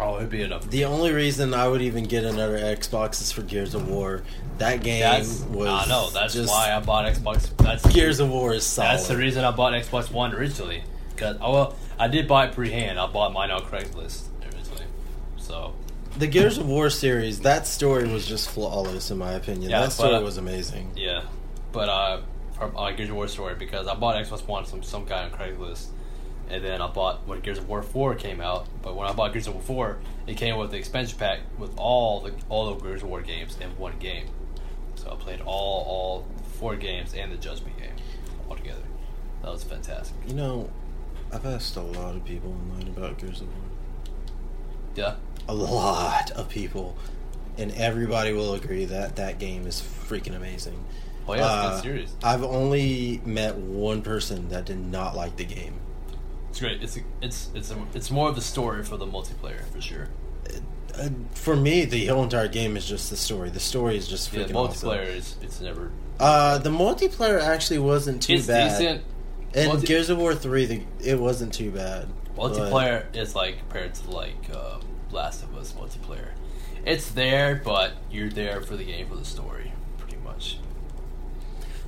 Oh, it'd be enough.
The only reason I would even get another Xbox is for Gears of War. That game
That's,
was.
I know. That's
just,
why I bought Xbox. That's
Gears of War is solid.
That's the reason I bought Xbox One originally. Cause oh, well, I did buy it pre-hand. I bought mine on Craigslist originally. So
The Gears of War series, that story was just flawless in my opinion.
Yeah,
that
but,
story
uh,
was amazing.
yeah, but uh, from uh, Gears of War story because I bought Xbox One from some guy on Craigslist, and then I bought when Gears of War four came out. But when I bought Gears of War four, it came with the expansion pack with all the all the Gears of War games in one game. So I played all all four games and the Judgment game all together. That was fantastic.
You know, I've asked a lot of people online about Gears of War.
Yeah.
A lot of people. And everybody will agree that that game is freaking amazing.
Oh yeah, it's a
Uh,
good series.
I've only met one person that did not like the game.
It's great. It's it's it's a, it's more of a story for the multiplayer for sure.
Uh, for me, the whole entire game is just the story. The story is just
Yeah,
freaking
multiplayer
awesome.
is it's never
Uh, the multiplayer actually wasn't too
it's
bad.
decent.
And
Multi-
Gears of War three, the, it wasn't too bad. but-
Multiplayer is like compared to like um, Last of Us multiplayer. It's there, but you're there for the game for the story, pretty much.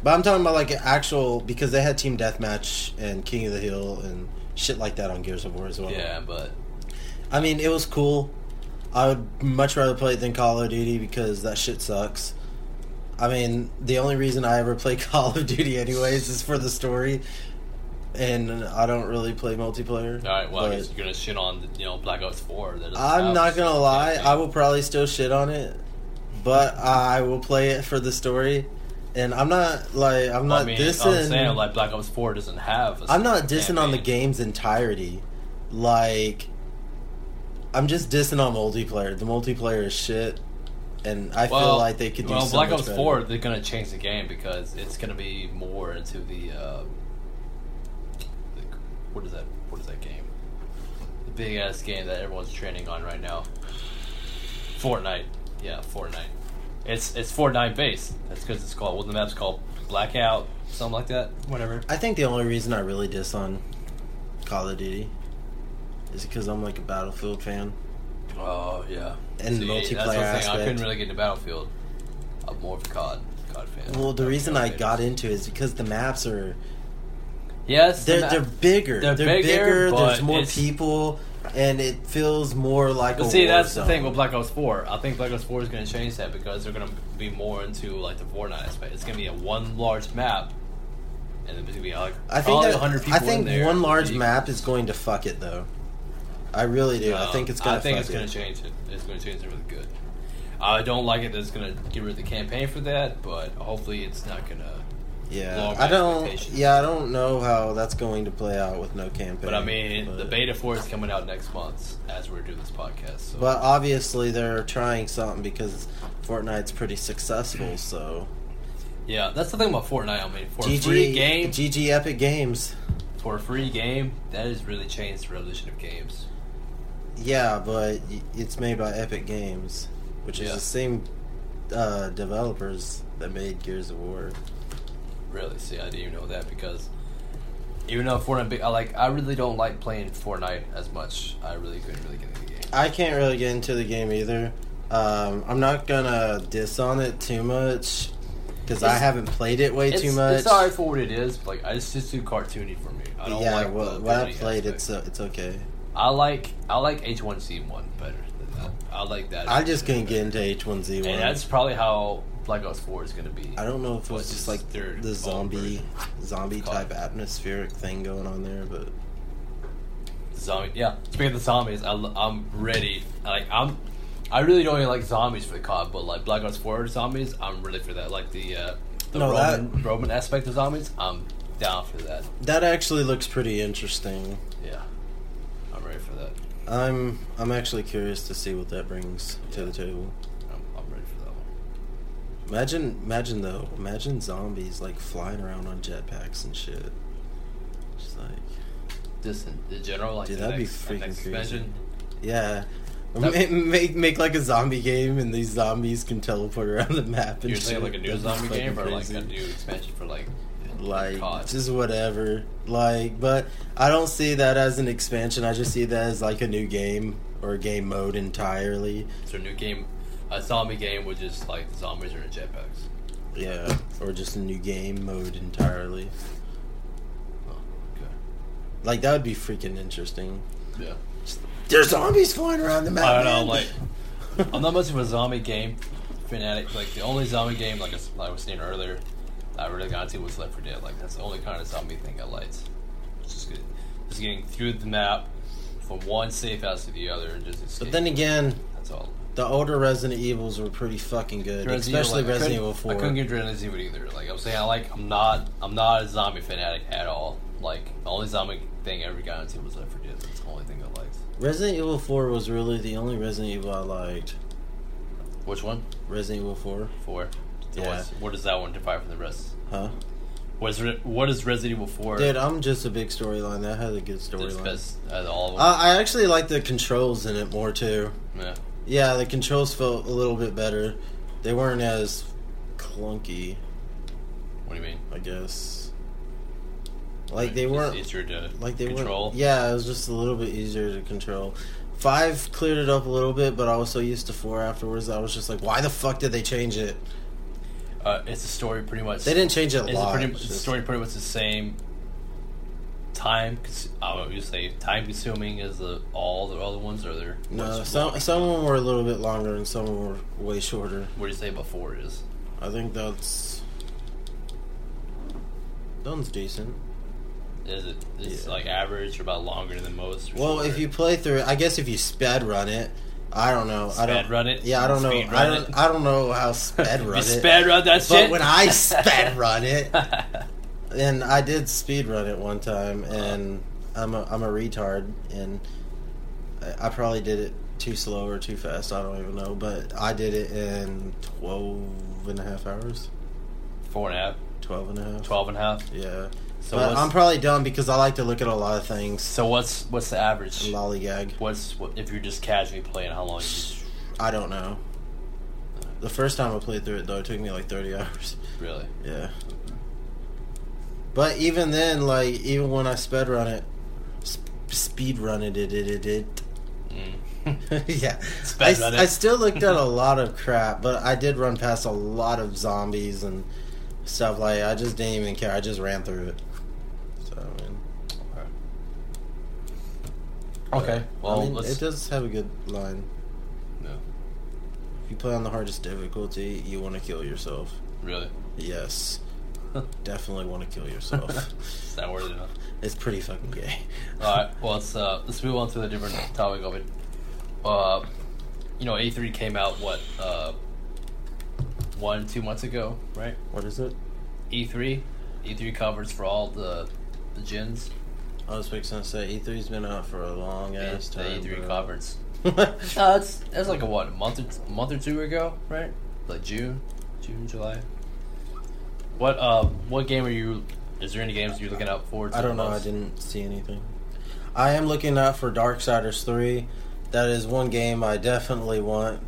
But I'm talking about like an actual because they had team deathmatch and King of the Hill and shit like that on Gears of War as well.
Yeah, but
I mean, it was cool. I would much rather play it than Call of Duty because that shit sucks. I mean, the only reason I ever play Call of Duty anyways is for the story. and I don't really play multiplayer.
All right. Well, I
but
guess you're gonna shit on the, you know Black Ops Four. That doesn't
I'm
have-
not gonna lie. I will probably still shit on it, but I will play it for the story. And I'm not like I'm
Well,
not
I mean, I'm
dissing.
saying like Black Ops Four doesn't have. a
I'm not
single
dissing on the
campaign.
game's entirety. Like, I'm just dissing on multiplayer. The multiplayer is shit, and I feel like they could do
well,
so
Black
much
Ops
better.
Four. They're gonna change the game because it's gonna be more into the. Uh, the what is that? What is that game? The big ass game that everyone's training on right now. Fortnite. Yeah, Fortnite. It's it's Fortnite based. That's because it's called. Well, the map's called Blackout, something like that. Whatever.
I think the only reason I really diss on Call of Duty is because I'm like a Battlefield fan.
Oh yeah.
And
that's
multiplayer
what I'm saying, I
aspect.
couldn't really get into Battlefield. I'm more of a COD COD fan.
Well, the
I'm a
reason
COD
I
fan.
got into it is because the maps are
yes, the
they're
map-
they're bigger.
They're
They're,
bigger,
bigger. There's
but
more
it's-
people, and it feels more like.
But
a
see,
war
that's the
zone.
thing with Black Ops 4. I think Black Ops 4 is going to change that because they're going to be more into like the Fortnite aspect. It's going to be a one large map, and then there's going to be like
I think
probably
that,
100 people
I
in
think
there.
one large
You-
map is going to fuck it though. I really do. I
Um,
think it's gonna.
I think
fuck
it's
it.
going to change it. It's going to change it really good. I don't like it that it's going to get rid of the campaign for that, but hopefully it's not going to.
Yeah,
blow my
I don't.
expectations.
Yeah, I don't know how that's going to play out with no campaign.
But I mean, the
but-
beta 4 is coming out next month as we're doing this podcast. So.
But obviously, they're trying something because Fortnite's pretty successful. So
yeah, that's the thing about Fortnite. I mean, for a
GG
free game,
GG Epic Games.
for a free game, that has really changed the revolution of games.
Yeah, but y- it's made by Epic Games, which is
Yeah.
the same uh, developers that made Gears of War.
Really? See, I didn't even know that because even though Fortnite, be- I like, I really don't like playing Fortnite as much. I really couldn't really get into the game.
I can't really get into the game either. Um, I'm not gonna diss on it too much because I
It's-
haven't played it way
It's,
too much.
it's alright for what it is, but like, I- it's just too cartoony for me. I don't
yeah,
like
well,
the
what I
dirty
played,
aspect.
it's uh, it's okay.
I like I like H one C one better than that. I like that.
I just couldn't get into H1Z1.
and that's probably how Black Ops Four is gonna be.
I don't know if it was
What's
just
this
like
third
the zombie, zombie
Call.
type atmospheric thing going on there, but
Zombie. Yeah. Speaking of the zombies, I, am ready. Like I'm, I really don't even like zombies for the COD, but like Black Ops Four zombies, I'm really for that. Like the uh, the
No, that-
Roman Roman aspect of zombies, I'm down for that.
that actually looks pretty interesting.
Yeah, I'm ready for that.
I'm I'm actually curious to see what that brings to the table.
I'm, I'm ready for that one.
Imagine, imagine though, imagine zombies like flying around on jetpacks and shit. Just like,
Just in, in general, like
Dude,
the
that'd be
next, the
freaking
next
crazy.
expansion.
yeah,
That-
make, make make like a zombie game, and these zombies can teleport around the map. And
You're saying
shit.
like a new
That'd be
zombie
fucking
game or like
crazy.
a new expansion for like
like
COD.
just whatever. Like, but I don't see that as an expansion. I just see that as like a new game or a game mode entirely.
It's a new game, a zombie game with just like zombies are in jetpacks.
Yeah, or just a new game mode entirely.
Oh, okay.
Like that would be freaking interesting.
Yeah.
There's zombies flying around the map.
I don't know,
man.
like. I'm not much of a zombie game fanatic. Like the only zombie game, like I, s- like I was saying earlier, I really got into was Left 4 Dead. Like that's the only kind of zombie thing I liked. It's just good. Just getting through the map from one safe house to the other and just escape.
But then again,
that's all.
the older Resident Evils were pretty fucking good, especially
like, I
Resident
couldn't-
Evil Four.
I couldn't get Resident Evil either. Like I'm saying, I like I'm not I'm not a zombie fanatic at all. Like the only zombie thing I ever got into was Left 4 Dead. That's the only thing I liked.
Resident Evil Four was really the only Resident Evil I liked.
Which one?
Resident Evil Four,
Four. So
Yeah.
what's- what does that one define from the rest?
huh?
What is, Re- what is Resident Evil 4?
Dude, I'm just a big storyline. That had a good
It's
storyline.
best out of all
Uh,
of
I actually like the controls in it more too.
them. yeah.
Yeah, the controls felt a little bit better. They weren't as clunky,
What do you mean?
I guess. Like
Right,
they
it's
weren't
easier to
like they
control.
were yeah it was just a little bit easier to control five cleared it up a little bit but i was so used to four afterwards i was just like why the fuck did they change it
Uh, it's a story pretty much.
they didn't change it a
It's a
lot
pretty
It's
it's a
just-
story pretty much the same. Time, cons- I would say time consuming as the all the other ones are there.
no some some of them were a little bit longer and some of them were way shorter
What do you say about four is?
i think that's that one's decent
Is it is
Yeah.
like average or about longer than most? Or
Well,
something?
if you play through, I guess if you sped run it, I don't know. I don't
Sped run it?
Yeah, I don't know.
Speed
I
run
don't.
it?
I don't know how sped
If
run
you
it.
sped run that
but
shit.
when I sped run it, and I did speed run it one time, and I'm a I'm a retard, and I, I probably did it too slow or too fast. I don't even know, but I did it in 12 and a half hours.
Four and a half,
12 and a half.
twelve and a half.
Yeah.
So
but
what's-
I'm probably dumb because I like to look at a lot of things.
So what's what's the average?
Lollygag.
What's what, if you're just casually playing? How long? You,
I don't know. The first time I played through it, though, it took me like 30 hours.
really?
Yeah. But even then, like, even when I sped run it, sp- speed run it, it, it, it, it.
Mm.
yeah.
Sped
I, s-
run it.
I still looked at a lot of crap, but I did run past a lot of zombies and stuff. Like, I just didn't even care. I just ran through it. So, I mean.
Okay.
but,
Well,
I mean,
let's.
it does have a good line.
no,
If you play on the hardest difficulty, you want to kill yourself.
really,
Yes. Definitely want to kill yourself.
it's not worth it enough.
it's pretty fucking gay.
All right. Well, let's uh, let's move on to a different topic of it. Uh, you know, A three came out what uh, one two months ago, right?
What is it?
E three, E three covers for all the the gins.
I was fixing to say E3's been out for a long ass
the
time.
E three
bro.
covers. No, that's that's like a what a month or t- a month or two ago, right? Like June, June, July. What uh, what game are you? Is there any games you're looking out for?
I don't know. I didn't see anything. I am looking out for Darksiders 3. That is one game I definitely want.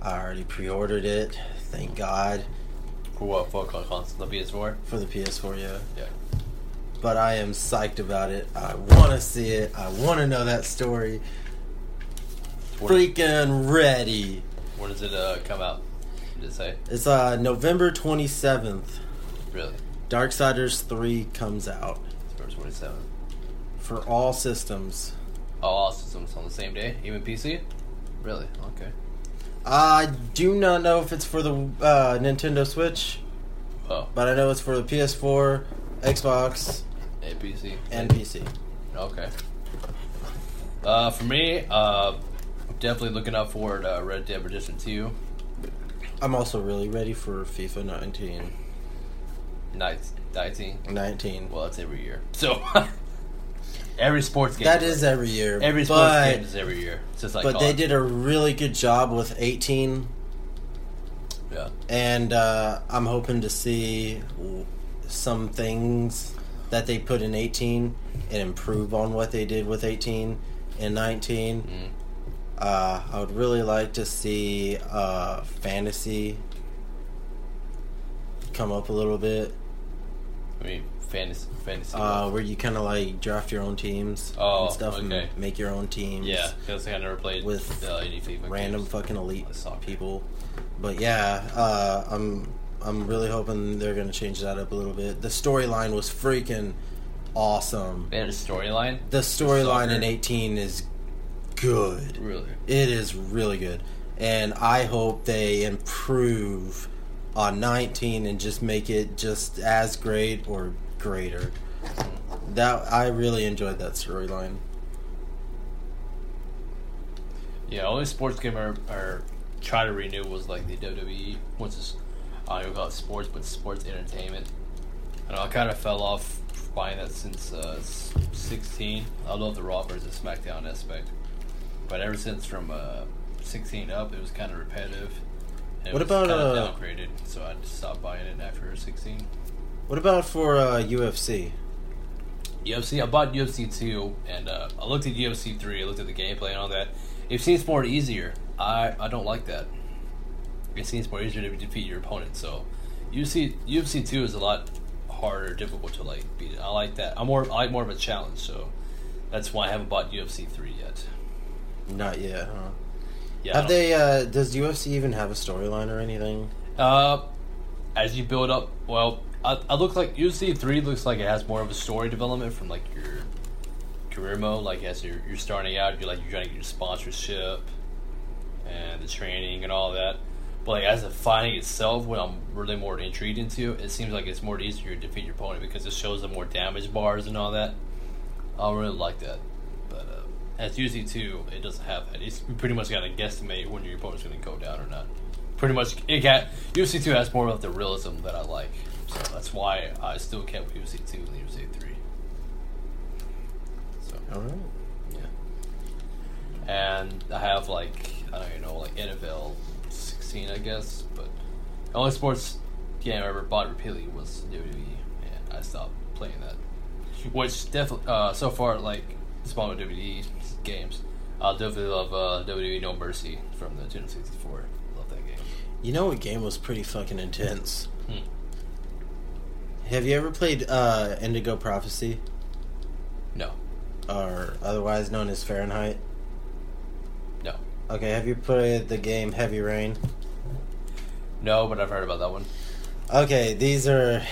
I already pre ordered it. Thank God.
For what? For what console? The PS4.
For the PS4, yeah.
Yeah.
But I am psyched about it. I want to see it. I want to know that story.
What is-
Freaking ready.
When does it uh, come out? Did it say?
It's uh November 27th.
Really?
Darksiders 3 comes out
It's November 27.
for all systems.
All systems on the same day? Even PC? Really? Okay.
I do not know if it's for the uh, Nintendo Switch,
Oh,
but I know it's for the PS4, Xbox,
and PC.
and PC.
Okay. Uh, for me, uh, definitely looking out for uh, Red Dead Redemption 2.
I'm also really ready for FIFA 19.
Night 19.
19.
Well, that's every year. So, every sports game.
That is every year.
Every sports
but,
game is every year. It's just like
But they
college.
did a really good job with 18
Yeah.
and uh, I'm hoping to see w- some things that they put in 18 and improve on what they did with 18 and 19.
Mm.
Uh, I would really like to see uh, fantasy come up a little bit,
I mean, fantasy. fantasy
uh, where you kind of like draft your own teams
Oh,
and stuff,
okay.
and make your own teams.
yeah, because I never played
with
uh, any FIFA
random
games.
fucking elite
Soccer.
people. But yeah, uh, I'm I'm really hoping they're gonna change that up a little bit. The storyline was freaking awesome.
They had a storyline.
The storyline in
soccer.
18 is good.
Really?
It is really good, and I hope they improve on 19 and just make it just as great or greater. That I really enjoyed that storyline.
Yeah, only sports game I, I try to renew was like the WWE, which is I don't know about sports, but sports entertainment. And I kind of fell off buying that since uh, s- 16. I love the Raw versus SmackDown aspect, but ever since from uh, 16 up, it was kind of repetitive. and it
What
was
about,
kinda
uh,
downgraded? So I just stopped buying it after 16.
What about for uh, UFC?
UFC. I bought UFC two, and uh, I looked at UFC three. I looked at the gameplay and all that. It seems more easier. I I don't like that. It seems more easier to defeat your opponent. So, UFC UFC two is a lot harder, difficult to like beat. I like that. I'm more I like more of a challenge. So, that's why I haven't bought UFC three yet.
Not yet, huh?
Yeah. I don't-
Have they? Uh, does UFC even have a storyline or anything?
Uh, as you build up, well, I, I look like UFC three looks like it has more of a story development from like your career mode. Like as you're, you're starting out, you're like you're trying to get your sponsorship and the training and all that. But like as a fighting itself, what I'm really more intrigued into, it seems like it's more easier to defeat your opponent because it shows the more damage bars and all that. I don't really like that. But uh, as usually too, it doesn't have that. It's, you pretty much got to guesstimate when your opponent's going to go down or not. Pretty much, it got UFC two has more of the realism that I like, so that's why I still kept UFC two and UFC three. So
All right.
yeah, and I have like I don't even know like NFL sixteen I guess, but the only sports game I ever bought repeatedly was WWE, and I stopped playing that. Which definitely uh, so far like it's one of WWE games. I definitely love uh, WWE No Mercy from the Nintendo sixty four. Love that game.
You know what game was pretty fucking intense?
Hmm.
Have you ever played uh, Indigo Prophecy,
No,
or otherwise known as Fahrenheit?
no,
Okay, have you played the game Heavy Rain?
no. But I've heard about that one.
Okay, these are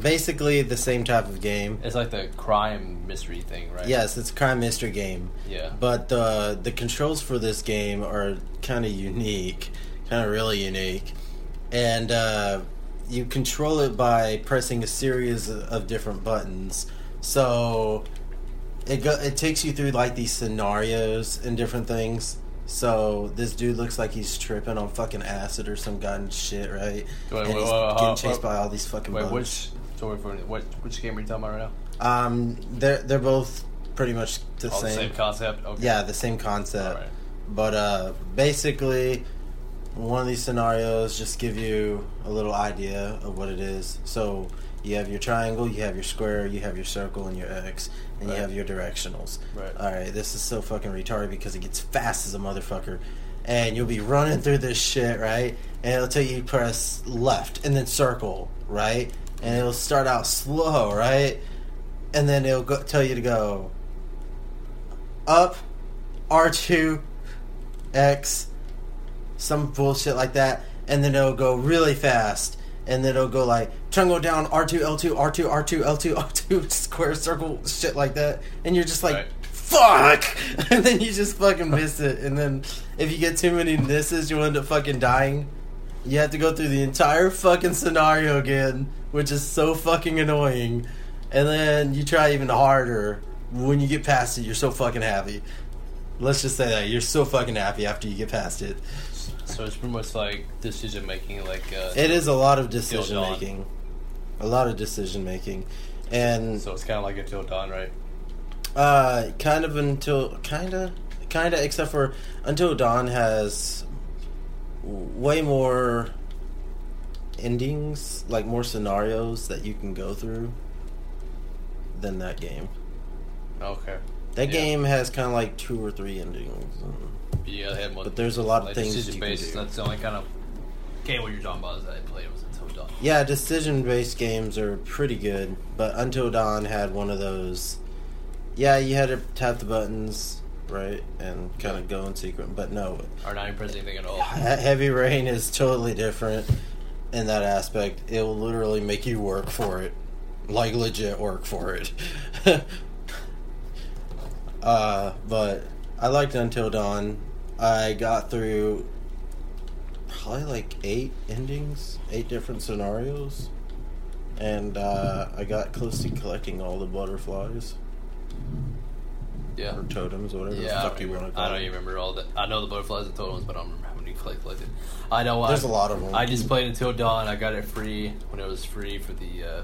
basically the same type of game.
It's like the crime mystery thing, right?
Yes, it's a crime mystery game.
Yeah.
But uh, the the controls for this game are kind of unique, kind of really unique, and uh, you control it by pressing a series of different buttons. So it go, it takes you through like these scenarios and different things. So this dude looks like he's tripping on fucking acid or some gotten shit, right?
Wait,
and
wait,
he's
wait, wait,
getting
hold-
chased
hold-
by all these fucking
Wait,
bugs.
which? So we're from what? Which game are you talking about right now?
Um, they're they're both pretty much the
All
same.
the same concept. Okay.
Yeah, the same concept.
Alright.
But uh, basically, one of these scenarios just give you a little idea of what it is. So you have your triangle, you have your square, you have your circle, and your X, and
Right.
you have your directionals.
Right.
All right, this is so fucking retarded because it gets fast as a motherfucker. And you'll be running through this shit, right? And it'll tell you press left and then circle, right? And it'll start out slow, right? And then it'll go, tell you to go up, R2, X, some bullshit like that, and then it'll go really fast. And then it'll go like triangle down R2, L2, R2, R2, L2, R2, square, circle, shit like that. And you're just like,
Right.
fuck! And then you just fucking miss it. And then if you get too many misses, you'll end up fucking dying. You have to go through the entire fucking scenario again, which is so fucking annoying. And then you try even harder. When you get past it, you're so fucking happy. Let's just say that. You're so fucking happy after you get past it.
So it's pretty much like decision making, like uh,
It is a lot of
Still
decision
Dawn.
making. A lot of decision making. And
so it's kind of like until dawn, right?
uh kind of until kinda kinda except for until dawn has way more endings, like more scenarios that you can go through than that game.
Okay.
That
Yeah.
game has kind of like two or three endings.
Yeah, they had one.
But there's a lot of
like,
things
Decision
you can
based.
do.
That's the only kind of game what you're talking about is that I played was until dawn.
Yeah, decision based games are pretty good, but Until Dawn had one of those. Yeah, you had to tap the buttons, right, and kind of go in secret, but no.
Or not impressed anything at all.
He- Heavy Rain is totally different in that aspect. It will literally make you work for it. Like, legit work for it. uh, but I liked Until Dawn. I got through probably like eight endings, eight different scenarios, and uh, I got close to collecting all the butterflies
Yeah.
or totems, whatever
Yeah, I
the
don't,
fuck you want to
remember,
call
I don't
it.
even remember all that. I know the butterflies and totems, but I don't remember how many collected. collected. I know.
There's
I,
a lot of them.
I just played until dawn. I got it free when it was free for the uh,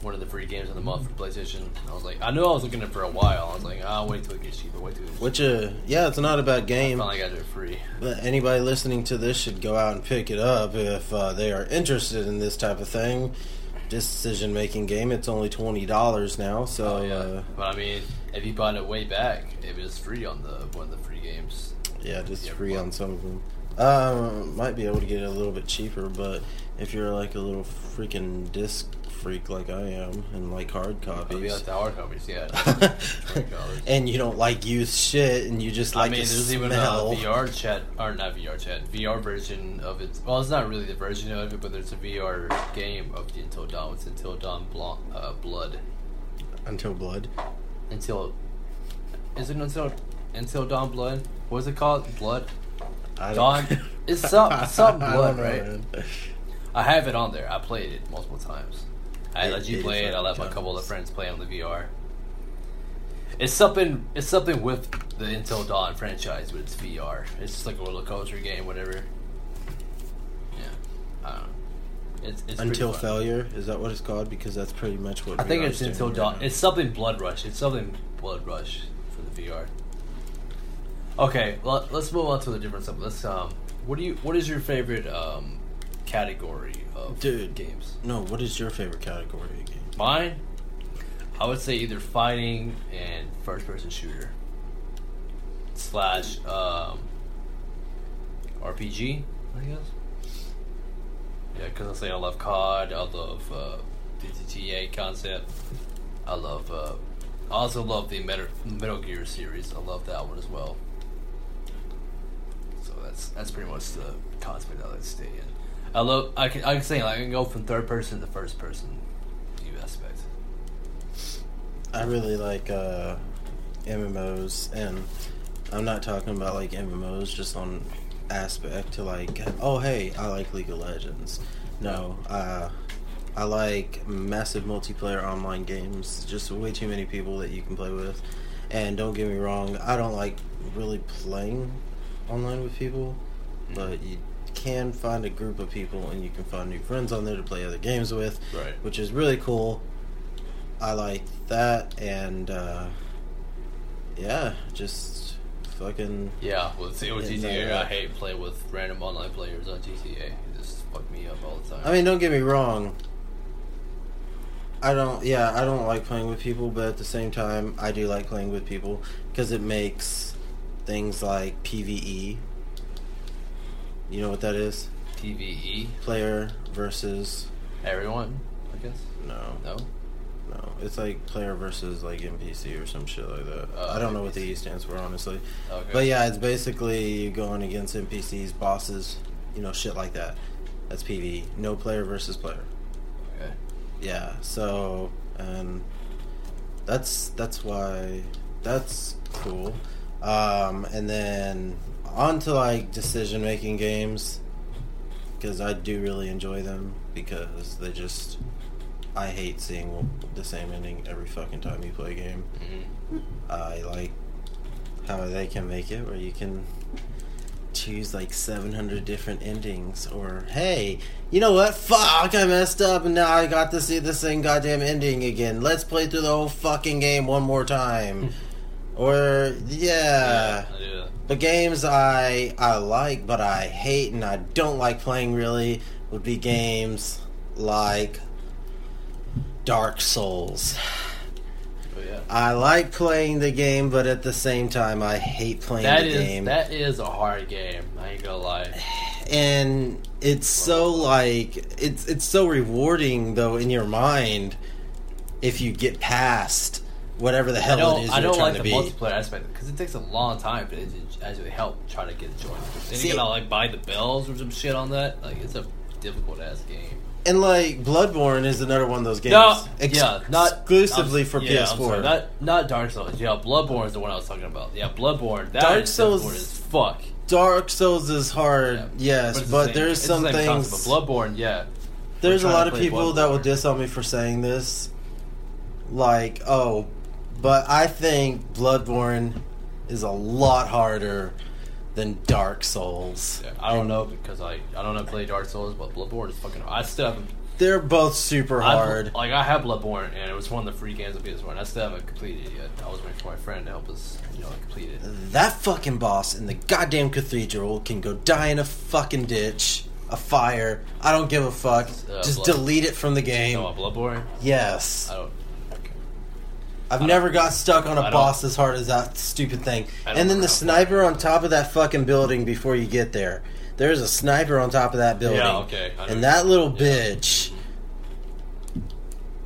one of the free games of the month for PlayStation. I was like, I knew I was looking at it for a while. I was like, I'll wait till it gets cheaper. Wait till it gets
Which, uh, yeah, it's not a bad game.
Finally got it free.
But anybody listening to this should go out and pick it up if uh, they are interested in this type of thing. Decision making game. It's only twenty dollars now, so
Oh yeah,
uh,
but I mean, if you bought it way back, it was free on the one of the free games.
yeah, just
Yeah,
free
well.
on some of them. Um, might be able to get it a little bit cheaper, but if you're like a little freaking disc freak like I am and like hard
It'd be like
copies,
the hard copies, yeah. $20.
and you don't like used shit, and you just like
I mean,
to
there's even uh, a
smell.
VR chat, or not VR chat, VR version of it. Well, it's not really the version of it, but there's a VR game of the Until Dawn. It's Until Dawn Blanc, uh, Blood.
until blood.
Until is it Until Until Dawn Blood? What is it called? Blood.
I don't-
Dawn. It's some, it's some
I
blood,
don't know,
right?
man.
I have it on there. I played it multiple times. I
It-
let you
it
play
is
it. I let my
like
couple of
genres.
friends play on the VR. It's something. It's something with the Until Dawn franchise, but it's VR. It's just like a roller coaster game, whatever. Yeah, I don't know. It's, it's pretty
Until
fun.
failure is that what it's called? Because that's pretty much what
I think
VR
it's
is doing
Until
right
Dawn.
now.
It's something Blood Rush. It's something Blood Rush for the VR. Okay, well, let's move on to a different something. Let's um, what do you? What is your favorite um category of
Dude.
games?
no. What is your favorite category of game?
Mine, I would say either fighting and first person shooter slash um, RPG, I guess. Yeah, because I say I love COD, I love uh, the GTA concept, I love. Uh, I also love the Metal, Metal Gear series. I love that one as well. So that's that's pretty much the concept I like to stay in. I love I can I can say like, I can go from third person to first person view aspect.
I really like uh, MMOs, and I'm not talking about like MMOs just on aspect to like, oh hey, I like League of Legends. No, uh, I like massive multiplayer online games. Just way too many people that you can play with. And don't get me wrong, I don't like really playing online with people, but you can find a group of people and you can find new friends on there to play other games with
Right.
which is really cool. I like that, and uh, yeah, just fucking.
Yeah, with, with
Yeah,
GTA,
yeah.
I hate play with random online players on GTA. It just fuck me up all the time.
I mean, don't get me wrong. I don't. Yeah, I don't like playing with people, but at the same time, I do like playing with people because it makes things like PVE. You know what that is?
PVE,
Player versus
E? everyone, I guess.
no.
No,
No, it's like player versus like NPC or some shit like that.
Oh,
I don't know what the
NPC.
E stands for, honestly.
okay.
But yeah, it's basically you going against NPCs, bosses, you know, shit like that. That's PvE. No player versus player.
Okay.
Yeah. So and that's that's why that's cool. Um, and then on to like decision making games because I do really enjoy them because they just I hate seeing the same ending every fucking time you play a game.
Mhm.
I like how they can make it where you can choose like 700 different endings or hey you know what fuck i messed up and now i got to see the same goddamn ending again let's play through the whole fucking game one more time or yeah
I do that.
the games i i like but i hate and i don't like playing really would be games like dark souls
But yeah.
I like playing the game, but at the same time, I hate playing
That
the
is
game.
that is a hard game. I ain't gonna lie.
And it's so like it's it's so rewarding though in your mind if you get past whatever the
I
hell it
don't
is
I
you're
don't
trying
like
to
the
be.
multiplayer aspect because it takes a long time for it to actually help try to get joined. Then
See-
you gotta like buy the bells or some shit on that. Like it's a difficult ass game.
and like Bloodborne is another one of those games.
No,
Ex-
yeah, not
exclusively
I'm-
for
yeah, I'm
PS4.
sorry, not not Dark Souls. Yeah, Bloodborne is the one I was talking about. Yeah, Bloodborne. That
Dark
is
Souls-
difficult as fuck.
Dark Souls is hard, yes,
it's
but,
the same-
there's
it's the
some
same
things.
concept, But Bloodborne, yeah,
There's a
trying to
lot of
play
people that will
Bloodborne.
diss on me for saying this. Like, oh, but I think Bloodborne is a lot harder than Dark Souls.
yeah. I don't know because I I don't know play Dark Souls, but Bloodborne is fucking. Hard. I still haven't.
They're both super
I-
hard.
like I have Bloodborne, and it was one of the free games of PS4, and I still haven't completed it yet. I was waiting for my friend to help us, you know, complete it.
that fucking boss in the goddamn cathedral can go die in a fucking ditch, a fire. I don't give a fuck.
Uh,
Just
Blood-
delete it from the game.
No, on Bloodborne.
Yes.
I don't. Okay.
I've never got stuck on
I
a
don't-
boss as hard as that stupid thing.
I don't
And then
know.
the sniper on top of that fucking building before you get there. There's a sniper on top of that building.
Yeah, okay. I know.
And that little
Yeah.
bitch.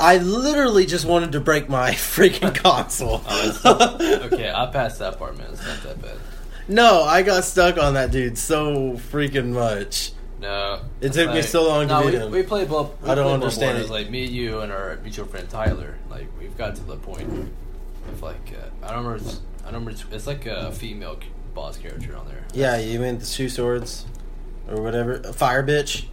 I literally just wanted to break my freaking console.
Oh, Okay, I passed that part, man. It's not that bad.
no, I got stuck on that dude so freaking much.
No.
It
it's
took me so long to
no, we,
beat him.
We played Blood. We
I don't
played
understand
Bloodborne.
it.
It's like me, you, and our mutual friend Tyler. Like we've got to the point of like uh, I don't remember. It's, I don't remember. It's, it's like a female c- boss character on there.
Yeah, you mean the two swords? or whatever, fire bitch.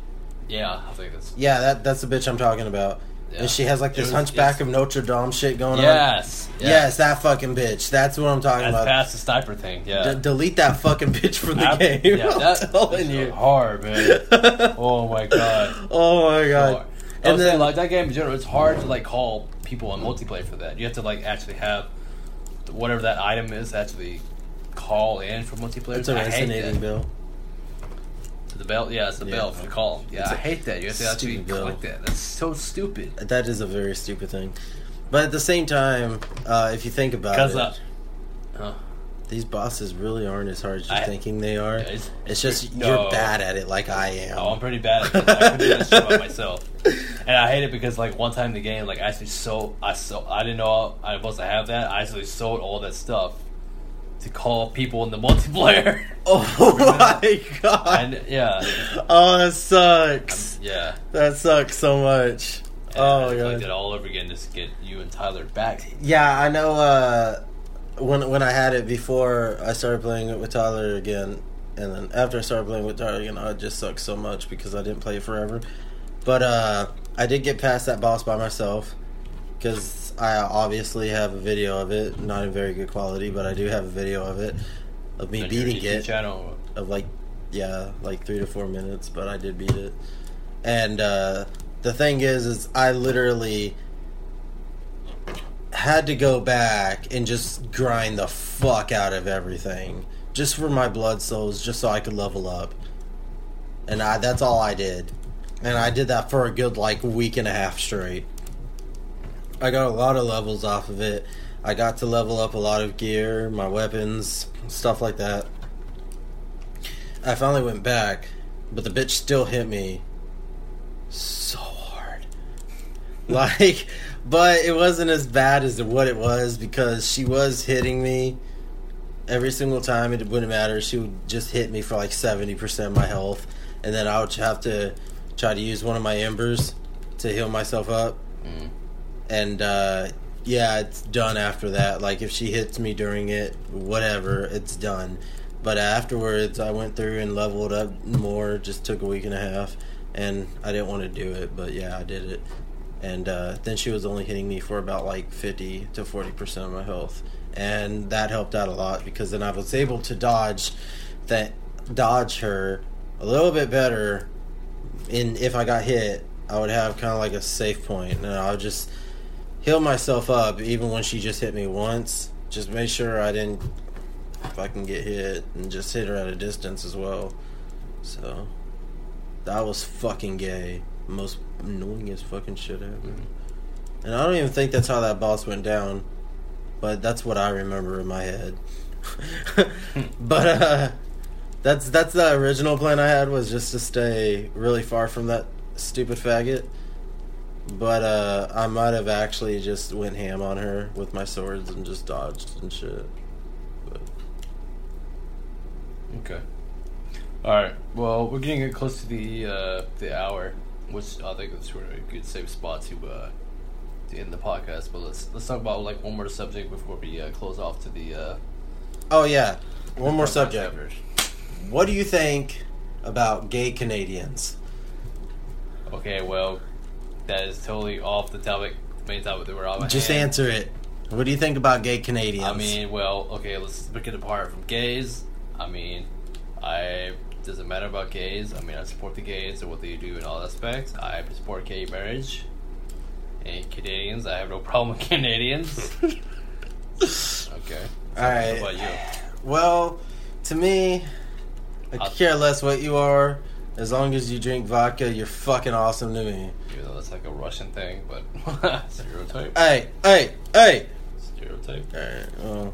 Yeah, I think that's.
Yeah, that that's the bitch I'm talking about.
Yeah.
And she has like
It
this
was-
hunchback
it's-
of Notre Dame shit going on.
Yes.
Yes. that fucking bitch. That's what I'm talking
That's
about.
past the sniper thing. Yeah.
D- delete that fucking bitch from the
Ab-
game.
Yeah,
I'm
that,
telling
that's
you.
hard, man. Oh my god.
oh my
Hard.
god.
I
And
was saying,
then
like that game in general, it's hard to like call people on multiplayer for that. You have to like actually have whatever that item is actually call in for multiplayer.
it's a
I hate that.
resonating bill.
To the bell, yeah, it's the
Yeah.
bell for the call. Yeah,
It's
I
a
hate that. You have to actually
stupid bell.
click that. That's so stupid.
That is a very stupid thing. But at the same time, uh, if you think about
Because
it,
uh, uh,
these bosses really aren't as hard as you're
I-
thinking they are.
Yeah,
it's,
it's-
just
No.
you're bad at it, like I am.
oh, I'm pretty bad at it. I couldn't do this shit by myself, and I hate it because like one time in the game, like I actually sold, I sold, I didn't know I was supposed to have that. I actually sold all that stuff to call people in the multiplayer,
Oh my god!
and yeah.
Oh, that sucks.
Yeah.
That sucks so much. oh
I
my
feel like
god.
that all over again just to get you and Tyler back.
Yeah, I know. Uh, when when I had it before, I started playing it with Tyler again, and then after I started playing with Tyler again, I just sucked so much because I didn't play it forever. But uh, I did get past that boss by myself because I obviously have a video of it, not in very good quality, but I do have a video of it of me
on your
beating
GT
it
Channel.
of like yeah like three to four minutes but i did beat it and uh the thing is is i literally had to go back and just grind the fuck out of everything just for my blood souls just so i could level up and i that's all i did and i did that for a good like week and a half straight i got a lot of levels off of it i got to level up a lot of gear my weapons stuff like that I finally went back, but the bitch still hit me so hard. Like, but it wasn't as bad as what it was because she was hitting me every single time. It wouldn't matter. She would just hit me for like 70% of my health, and then I would have to try to use one of my embers to heal myself up. And, uh, yeah, it's done after that. Like, if she hits me during it, whatever, it's done. But afterwards, I went through and leveled up more. Just took a week and a half, and I didn't want to do it, but yeah, I did it. And uh, then she was only hitting me for about like fifty to forty percent of my health, and that helped out a lot because then I was able to dodge that dodge her a little bit better. And if I got hit, I would have kind of like a safe point, and I would just heal myself up even when she just hit me once. Just make sure I didn't fucking get hit and just hit her at a distance as well. So that was fucking gay. Most annoyingest fucking shit ever. And I don't even think that's how that boss went down, but that's what I remember in my head. but uh that's that's the original plan I had was just to stay really far from that stupid faggot. But uh I might have actually just went ham on her with my swords and just dodged and shit. But
Okay. All right. Well, we're getting close to the uh, the hour, which I think is sort of a good safe spot to uh, to end the podcast. But let's let's talk about like one more subject before we uh, close off to the uh,
Oh yeah. One more
podcast
subject.
coverage.
What do you think about gay Canadians?
Okay. Well, that is totally off the topic. Main topic that we're on.
Just answer it. What do you think about gay Canadians?
I mean, well, okay, let's pick it apart from gays. I mean, I doesn't matter about gays. I mean, I support the gays and what they do in all aspects. I support gay marriage. And Canadians, I have no problem with Canadians. okay.
all
What about
right.
you?
Well, to me, I
I'll-
could care less what you are. As long as you drink vodka, you're fucking awesome to me.
Even though that's like a Russian thing, but stereotype.
Hey, hey, hey.
Stereotype. Oh,
All right, well.
I
All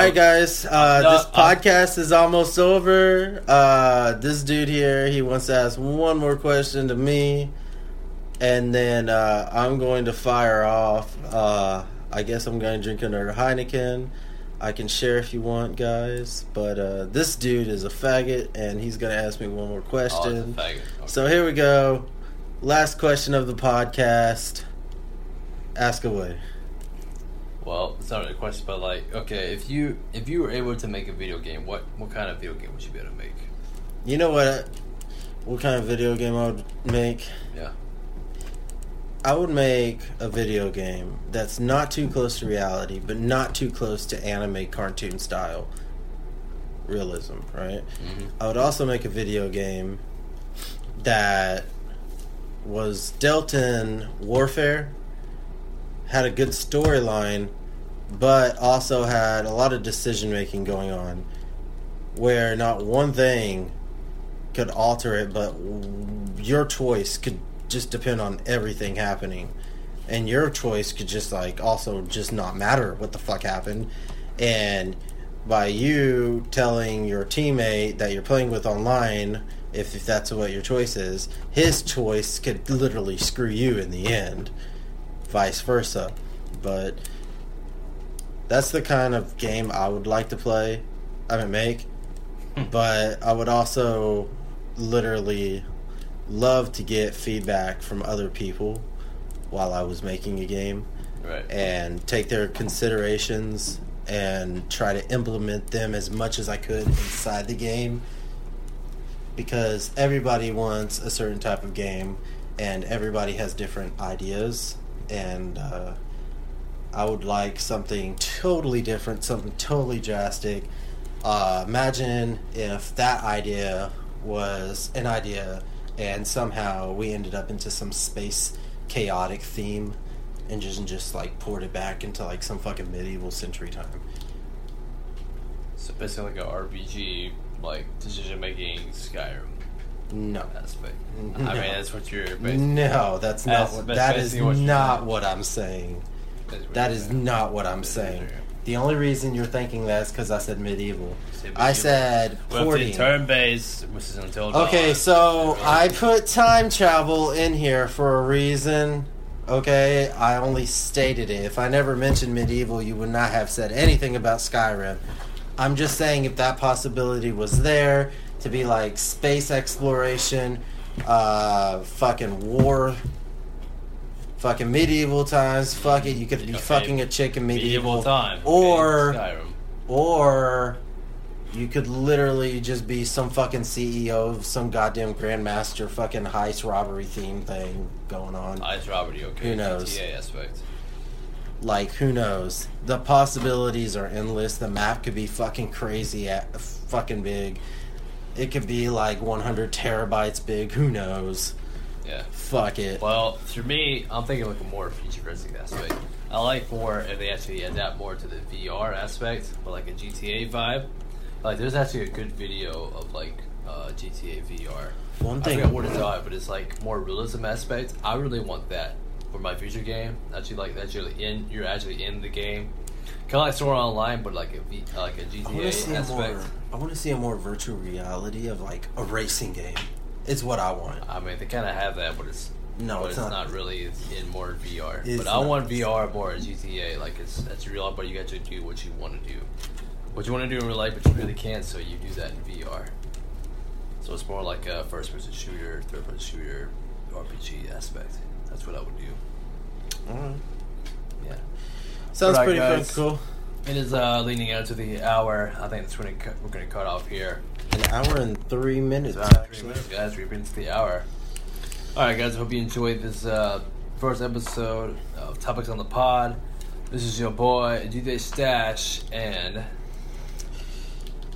right,
would-
guys. Uh,
No,
this
I-
podcast is almost over. Uh, this dude here, he wants to ask one more question to me, and then uh, I'm going to fire off. Uh, I guess I'm going to drink another Heineken. I can share if you want, guys. But uh, this dude is a faggot, and he's going to ask me one
Oh,
more
it's a
question.
faggot. Okay.
so here we go. Last question of the podcast. Ask away.
Well, it's not really a question, but like, okay, if you if you were able to make a video game, what what kind of video game would you be able to make?
You know what? I- What kind of video game I would make?
Yeah.
I would make a video game that's not too close to reality, but not too close to anime cartoon style realism, right?
Mm-hmm.
I would also make a video game that was dealt in warfare, had a good storyline, but also had a lot of decision making going on, where not one thing could alter it, but your choice could just depend on everything happening. And your choice could just like also just not matter what the fuck happened. And by you telling your teammate that you're playing with online, if, if that's what your choice is, his choice could literally screw you in the end, vice versa. But that's the kind of game I would like to play. I mean, make but I would also literally love to get feedback from other people while I was making a game
Right.
and take their considerations and try to implement them as much as I could inside the game because everybody wants a certain type of game and everybody has different ideas and uh, I would like something totally different, something totally drastic. Uh, imagine if that idea was an idea and somehow we ended up into some space chaotic theme and just just like poured it back into like some fucking medieval century time.
so basically, like a RPG, like decision making Skyrim
No.
aspect.
No.
I mean, that's what you're basically.
No, that's not
That's-
what
that's
that is
basically what you're
not
saying.
what I'm saying.
that's what
That
you're
is
saying.
not what I'm saying. The only reason you're thinking that is because I said medieval.
Said
I
medieval.
said
Well, if
porting.
it's turn based, which is until dawn.
Okay, so
Yeah.
I put time travel in here for a reason. Okay, I only stated it. If I never mentioned medieval, you would not have said anything about Skyrim. I'm just saying if that possibility was there to be like space exploration, uh, fucking war, fucking medieval times, fuck it, you could be
Okay,
fucking a chick in medieval,
medieval time okay,
Or
Skyrim.
or you could literally just be some fucking CEO of some goddamn grandmaster fucking heist robbery theme thing going on.
Ice Robbery, okay.
Who knows?
GTA aspect.
Like, who knows? The possibilities are endless. The map could be fucking crazy, at, fucking big. It could be like 100 terabytes big. Who knows?
Yeah.
Fuck it.
Well, for me, I'm thinking like a more futuristic aspect. I like more if they actually adapt more to the VR aspect, but like a GTA vibe. Like, there's actually a good video of like uh, GTA VR.
One
I
thing-
forgot what it's on, but it's like more realism aspect. I really want that for my future game. Actually, like that you're in, you're actually in the game, kind of like Sword Art Online, but like a v, like a
I want to
GTA
see a
aspect.
more. I want to see a more virtual reality of like a racing game. It's what I want.
I mean, they kind of have that, but it's
No,
but
it's
it's,
not.
not. really in more VR.
It's
but I want
not.
VR more as GTA. Like it's that's real, but you got to do what you want to do, what you want to do in real life, but you really can't. So you do that in VR. So it's more like a first-person shooter, third-person shooter, RPG aspect. That's what I would do.
Alright.
Yeah.
Sounds
Alright,
pretty fucking
guys.
cool.
It is uh, leaning out to the hour. I think that's when it cut, we're going to cut off here.
An hour and three minutes.
It's about three
actually.
minutes, guys. We've been to the hour. All right, guys. Hope you enjoyed this uh, first episode of Topics on the Pod. This is your boy DJ Stash, and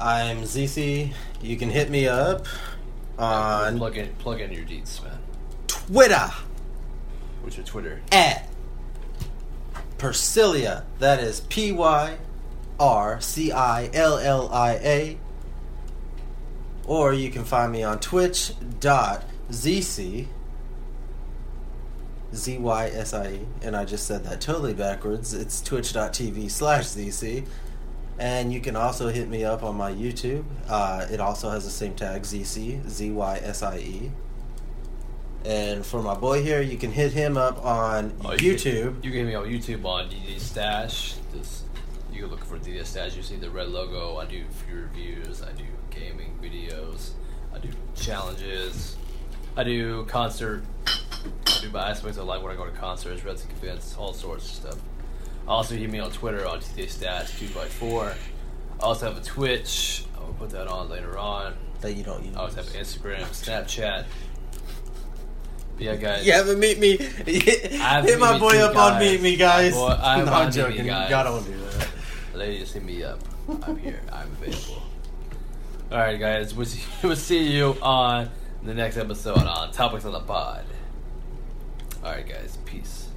I'm ZC. You can hit me up on
plug in plug in your deets, man.
Twitter
What's your Twitter?
at Persilia. That is P Y R C I L L I A. Or you can find me on Twitch dot ZC. Z Y S I E. And I just said that totally backwards. It's twitch.tv slash ZC. And you can also hit me up on my YouTube. Uh, it also has the same tag ZC, Z Y S I E. And for my boy here, you can hit him up on
Oh, you can-
YouTube.
You can hit me on YouTube on DJ Stash. Just you can look for DJ Stash. You see the red logo. I do few reviews. I do gaming videos. I do challenges. I do concert. I do my aspects of life when I go to concerts, wrestling events, all sorts of stuff. Also, hit me on Twitter on DJ Stash two x four. I also have a Twitch. I will put Oh, that on later on.
that you don't use.
I always have Instagram, Snapchat. But yeah, guys.
You haven't meet me.
have
Hit
Meet
my
Me
boy
Too,
up on
guys.
meet me, guys.
My boy- I'm
no,
on
I'm
Meet Me,
joking.
guys.
Y'all don't do that.
Ladies, hit me up. I'm here. I'm available. All right, guys. We'll see, we'll see you on the next episode on Topics on the Pod. All right, guys. Peace.